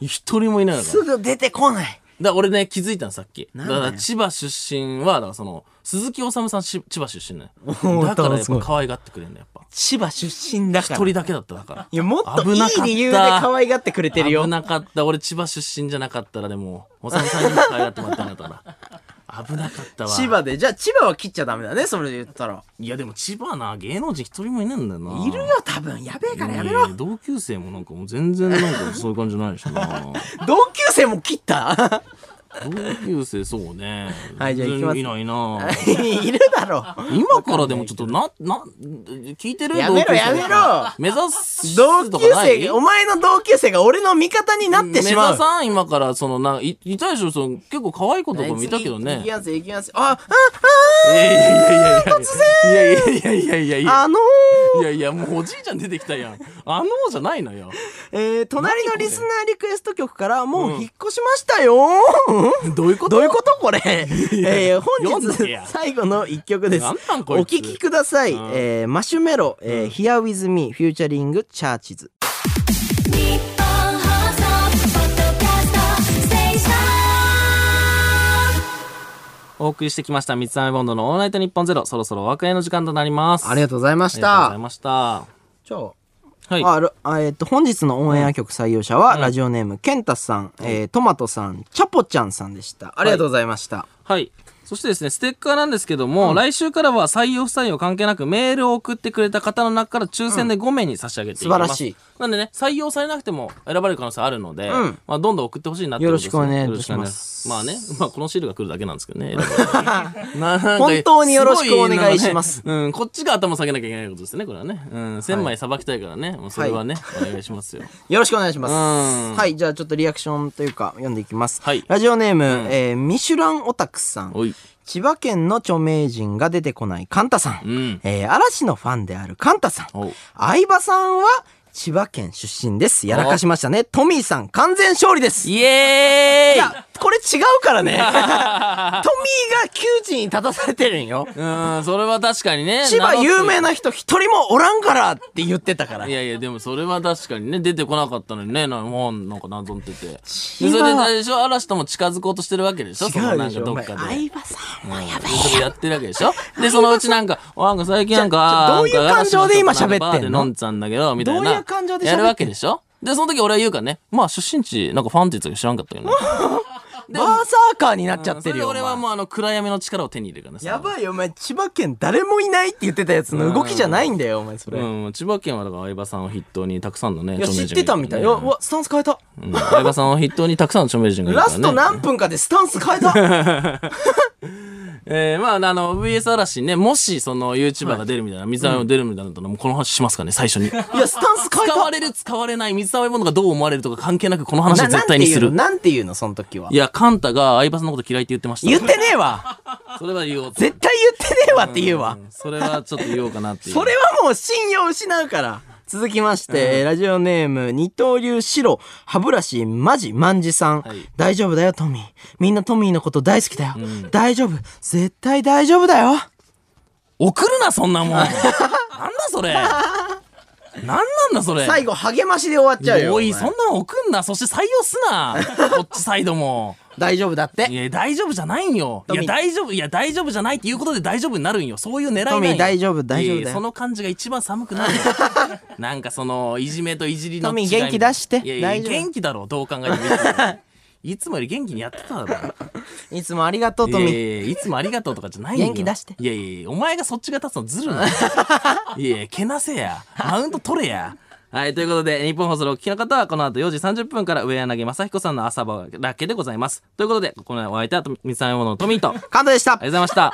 一人もいないから。すぐ出てこない。だから俺ね、気づいたのさっき。だんだからよ千葉出身は、だからその、鈴木おさむさんし千葉出身なおのーよ。だからやっすごぱい可愛がってくれんの、やっぱ。千葉出身だから。一人だけだった、だから。いや、もっとい危なかったい理由で可愛がってくれてるよ危。なかった。俺千葉出身じゃなかったら、でも、おさむさんにも可愛がってもらったんだから。危なかったわ。千葉で。じゃあ千葉は切っちゃダメだね、それで言ったら。いや、でも千葉な、芸能人一人もいないんだよな。いるよ、多分。やべえからやめいろ。や同級生もなんかもう全然なんかそういう感じじゃないしな。同級生も切った同級生、そうね。はいじゃあ行きます全然いないな いるだろ今からでもちょっと、な、な、聞いてるやめろ同級生やめろ目指す同と級かない生お前の同級生が俺の味方になってしま目う指さん、今から、その、な、い、いたでしょ、その、結構可愛い子とかもいたけどはい次ねいき。ますいきますああいやいやいやいやいやいやいやいやいやいやいやいやいやあのいやいやもうおじいちゃん出てきたやんあのーじゃないのよー、えー、隣のリスナーリクエスト曲からもう引っ越しましたよ、うんどういうこどとういうことこれ、えー、本読んで日や最後の一曲です。なんなんこいつお聴きください。うんえーマシュメロ、えー Here With Me、フューチャリング、チャーチズ。日本放送ポッドキャストステーションお送りしてきました三つ編みボンドのオールナイトニッポンゼロそろそろお別れの時間となりますありがとうございましありがとうございた。ましたはじゃあいあるあえっと、本日のオンエア曲採用者は、ラジオネーム、ケンタさん、えートマトさん、チャポちゃんさんでした。ありがとうございました。はいそしてですねステッカーなんですけども、来週からは採用不採用関係なくメールを送ってくれた方の中から抽選で5名に差し上げていきます、素晴らしいなんでね採用されなくても選ばれる可能性あるので、んまあ、どんどん送ってほしいなってことですねよろしくお願いよろくお願いいたしましますすまあね、まあ、このシールが来るだけなんですけどねな なんか本当によろしくお願いしますごいなんかねうん、こっちが頭下げなきゃいけないことですねこれはね、うん、1000枚さばきたいからね、もうそれはね、お願いしますよよろしくお願いします。うんはい、じゃあちょっとリアクションというか、読んでいきます。はいラジオネーム、えーミシュランオタクさん。おい千葉県の著名人が出てこないカンタさん、うんえー嵐のファンであるカンタさんおう相葉さんは千葉県出身ですやらかしましたねトミーさん完全勝利ですいイエーイやこれ違うからね トミーが窮地に立たされてるんようん、それは確かにね。千葉有名な。な人一人もおらんからって言ってたからいやいや、でもそれは確かにね、出てこなかったのにね、なんかもうなんか謎ってて。でそ葉れであれでしょ嵐とも近づこうとしてるわけでしょその違うなんでしかょどおっ前か相で。葉さんもやべえそれやってるわけでしょで、そのうちなん か、おなんか最近なんか、ちょちょどういう感情で今喋ってんのなんかバーで飲んでたんだけど、みたいな。どういう感情で喋ってんのやるわけでしょで、その時俺は言うからね、まあ出身地、なんかファンって言ってたけ ど知らんかったけどね。バーサーカーになっちゃってるよそれで俺はお前もうあの、暗闇の力を手に入れるからね。やばいよお前千葉県誰もいないって言ってたやつの動きじゃないんだよお前それ、うん、千葉県はだから相葉さんを筆頭にたくさんのね、いや著知名っ人てがたるみたいねよ、うわスタンス変えたうん相葉さんを筆頭にたくさんの著名人がいるかラら、ね。スト何分かでスタンス変えたえー、まあ、あの、VS 嵐ね、もし、その、YouTuber が出るみたいな、水溜りも出るみたいなのともうこの話しますからね、最初 に。いやスタンス変え使わたれる、使われない、水溜りボンドがどう思われるとか関係なく、この話は絶対にする。なんていうのなんていうのその時はいや、カンタが相葉さんのこと嫌いって言ってました。言ってねえわそれは言おうと。絶対言ってねえわって言うわうんそれはちょっと言おうかなっていう。それはもう信用失うから続きまして、ラジオネーム二刀流白歯ブラシマジマンジさん、はい大丈夫だよトミーみんなトミーのこと大好きだよ、大丈夫絶対大丈夫だよ送るな、そんな もん。なんだそれ。なんなんだそれ。最後励ましで終わっちゃうよおい、お前そんなん送んな。そして採用すな。こっちサイドも。大丈夫だっていや、大丈夫じゃないんよ。いミや、大丈夫、いや、大丈夫じゃないっていうことで大丈夫になるんよ。そういう狙いなんトミよー大丈夫大丈夫だよいやいやその感じが一番寒く なるよ。なんかその、いじめといじりの違いみたいなトミー元気出していやいや大丈夫元気だろう、どう考えても。いつもより元気にやってただろ。いつもありがとうトいミやーいやいやいつもありがとうとかじゃないんよ元気出していやいやいやお前がそっちが立つのずるな いやいやけなせやマウント取れやはいということで日本放送のお聞きの方はこの後4時30分から上柳正彦さんの朝場だけでございますということでここまでお相手は三沢山のトミーとありがとカンタでしたうございました